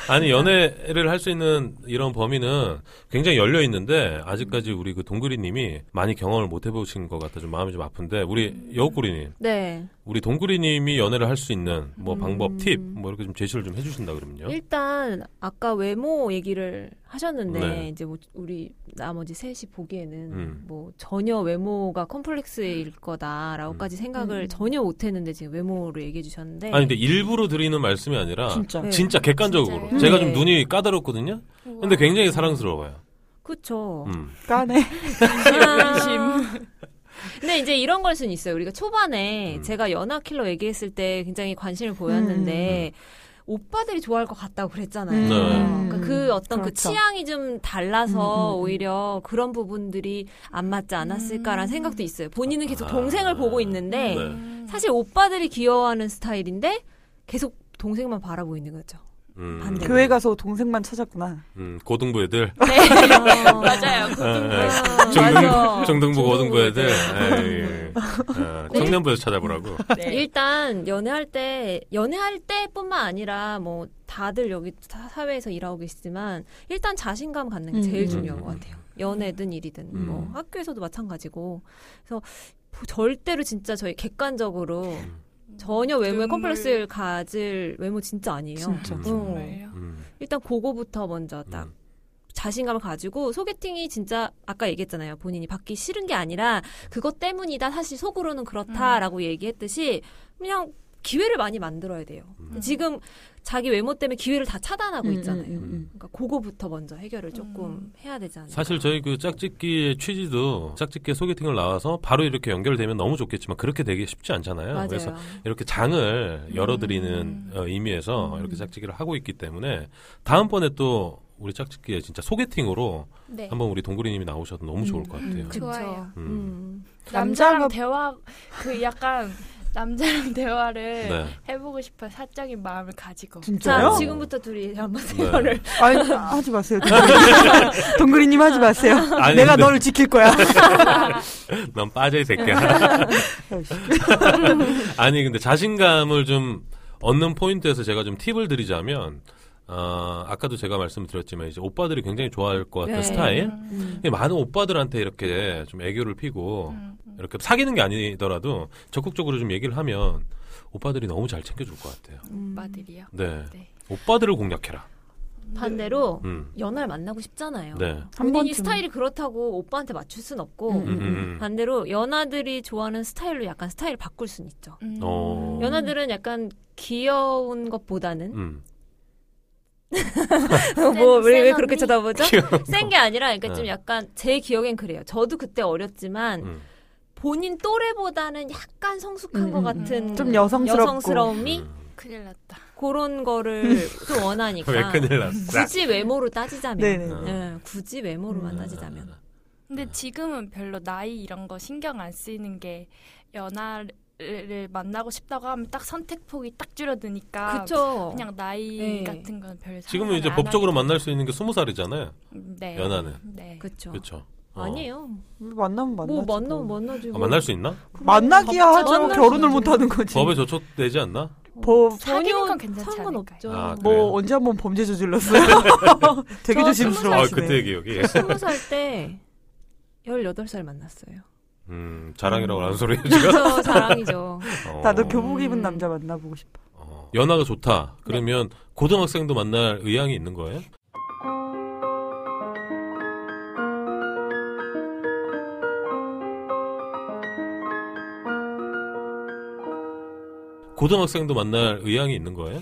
A: 아니 연애를 할 수 있는 이런 범위는 굉장히 열려 있는데 아직까지 우리 그 동그리님이 많이 경험을 못 해보신 것 같아 좀 마음이 좀 아픈데 우리 여우꾸리님,
E: 네.
A: 우리 동그리님이 연애를 할 수 있는 뭐
E: 음.
A: 방법, 팁 뭐 이렇게 좀 제시를 좀 해주신다 그러면요.
E: 일단 아까 외모 얘기를 하셨는데
A: 네.
E: 이제 뭐 우리 나머지 셋이 보기에는
A: 음.
E: 뭐 전혀 외모가 컴플렉스일 거다라고까지 생각을 전혀 못했는데 지금 외모로 얘기해 주셨는데
A: 음. 아니 근데 일부러 드리는 말씀이 아니라 진짜,
E: 네.
A: 객관적으로
G: 진짜요?
A: 제가 좀
E: 네.
A: 눈이 까다롭거든요. 근데 그 굉장히 사랑스러워요.
E: 그쵸.
A: 음.
D: 까네.
E: 아,
G: 음.
E: 관심. 근데 이제 이런 걸 수는 있어요. 우리가 초반에
A: 음.
E: 제가 연하킬러 얘기했을 때 굉장히 관심을
B: 음,
E: 보였는데 오빠들이 좋아할 것 같다고 그랬잖아요.
D: 음.
A: 네.
E: 그러니까 그 어떤 그
B: 그렇죠. 음,
E: 취향이 좀 달라서 오히려 그런 부분들이 안 맞지
B: 음.
E: 않았을까라는 생각도 있어요. 본인은 계속
A: 아.
E: 동생을 보고 있는데
A: 네.
E: 사실 오빠들이 귀여워하는 스타일인데 계속 동생만 바라보고 있는 거죠.
A: 음.
E: 반대.
D: 교회 가서 동생만 찾았구나.
A: 음, 고등부 애들.
E: 네.
B: 아.
E: 맞아요. 그
A: 예. 정등, 정등부 네. 고등부 애들. 예, 예. 아, 청년부에서 찾아보라고.
G: 네.
D: 네.
E: 일단 연애할 때 연애할 때뿐만 아니라 뭐 다들 여기 사- 사회에서 일하고 계시지만 일단 자신감 갖는 게 제일
D: 음.
E: 중요한 것 같아요. 연애든 일이든
A: 음.
E: 뭐 학교에서도 마찬가지고 그래서 보- 절대로 진짜 저희 객관적으로
A: 네.
D: 음.
A: 음,
E: 전혀 외모에
G: 눈물.
E: 컴플렉스를 가질 외모 진짜 아니에요.
D: 진짜.
E: 응.
G: 네.
A: 음,
E: 일단 그거부터 먼저 딱 자신감을 가지고 소개팅이 진짜 아까 얘기했잖아요. 본인이 받기 싫은 게 아니라 그것 때문이다. 사실 속으로는 그렇다라고 얘기했듯이 그냥 기회를 많이 만들어야 돼요.
A: 음.
E: 지금 자기 외모 때문에 기회를 다 차단하고 있잖아요.
D: 음, 음,
E: 그러니까 그거부터 먼저 해결을 조금 해야 되지 않을까.
A: 사실 저희 그 짝짓기의 취지도 짝짓기 소개팅을 나와서 바로 이렇게 연결되면 너무 좋겠지만 그렇게 되기 쉽지 않잖아요. 음.
E: 맞아요.
A: 그래서 이렇게 음. 장을 열어드리는 어, 의미에서 이렇게 짝짓기를 하고 있기 때문에 다음번에 또 우리 짝짓기에 진짜 소개팅으로
G: 네.
A: 한번 우리 동그리님이 나오셔도 너무 좋을 것 같아요.
G: 그- 좋아요.
A: 음.
G: 남자랑
D: 남자가-
G: 대화 그 약간 남자랑 대화를
A: 네.
G: 해보고 싶은 사적인 마음을 가지고
E: 자,
A: 진짜요?
E: 지금부터 둘이 한번
A: 네.
E: 대화를.
D: 아니 하지 마세요. 동그리님 하지 마세요.
A: 아니,
D: 내가
A: 근데-
D: 너를 지킬 거야.
A: 넌 빠져 이 새끼야. 아니 근데 자신감을 좀 얻는 포인트에서 제가 좀 팁을 드리자면 어, 아까도 제가 말씀드렸지만 이제 오빠들이 굉장히 좋아할 것 같은
E: 네.
A: 스타일.
E: 음.
A: 많은 오빠들한테 이렇게 좀 애교를
G: 음.
A: 피고 이렇게 사귀는 게 아니더라도 적극적으로 좀 얘기를 하면 오빠들이 너무 잘 챙겨줄 것 같아요.
G: 음. 오빠들이요.
A: 네.
G: 네.
A: 오빠들을 공략해라.
E: 반대로
A: 음.
E: 연애를 만나고 싶잖아요.
A: 네.
D: 한
E: 본인이
D: 번쯤은.
E: 스타일이 그렇다고 오빠한테 맞출 순 없고
A: 음, 음, 음.
E: 반대로 연하들이 좋아하는 스타일로 약간 스타일을 바꿀 순 있죠.
G: 음.
A: 어.
E: 연하들은 약간 귀여운 것보다는
A: 음.
E: 뭐 왜
G: 센 언니?
E: 그렇게 쳐다보죠? 센 게 아니라 그러니까 좀
A: 네.
E: 약간 제 기억엔 그래요. 저도 그때 어렸지만
A: 음.
E: 본인 또래보다는 약간 성숙한
D: 음,
E: 것
D: 음,
E: 같은
D: 좀 여성스럽고.
E: 여성스러움이
A: 음.
G: 큰일 났다.
E: 그런 거를 좀 원하니까
A: 왜 큰일 났어?
E: 굳이 외모로 따지자면
D: 네네.
E: 예, 굳이 외모로만
A: 음.
E: 따지자면
G: 근데 지금은 별로 나이 이런 거 신경 안 쓰이는 게 연하를 만나고 싶다고 하면 딱 선택폭이 딱 줄어드니까
E: 그쵸
G: 아, 그냥 나이
E: 네.
G: 같은 건 별로
A: 지금은 이제
G: 상관을 안
A: 법적으로
G: 하니까.
A: 만날 수 있는 게 스무 살이잖아요.
G: 네.
A: 연하는.
G: 네.
E: 그쵸
A: 그렇죠.
E: 어. 아니에요
D: 만나면 만나.
E: 뭐 만나면 만나지 뭐.
A: 아, 어, 만날 수 있나?
D: 만나기야
E: 법적으로
D: 하죠.
E: 만날
D: 결혼을
E: 수
D: 못 하는 거지.
A: 법에 저촉되지 않나?
D: 법-
G: 사귀는
E: 전혀
G: 건 괜찮지
E: 상관없죠
A: 않을까요? 아, 그래요?
D: 뭐 언제 한 번 범죄 저질렀어요? 되게
E: 저
A: 아,
E: 스무
D: 조심스러워.
A: 그때 기억이.
E: 스무 살 때 18살 만났어요
A: 음, 자랑이라고 하는 소리예요, 지금?
E: 저 자랑이죠
A: 어.
D: 나도 교복 입은
E: 음.
D: 남자 만나보고 싶어.
A: 어. 연하가 좋다. 그러면 고등학생도 만날 의향이 있는 거예요? 고등학생도 만날 의향이 있는 거예요?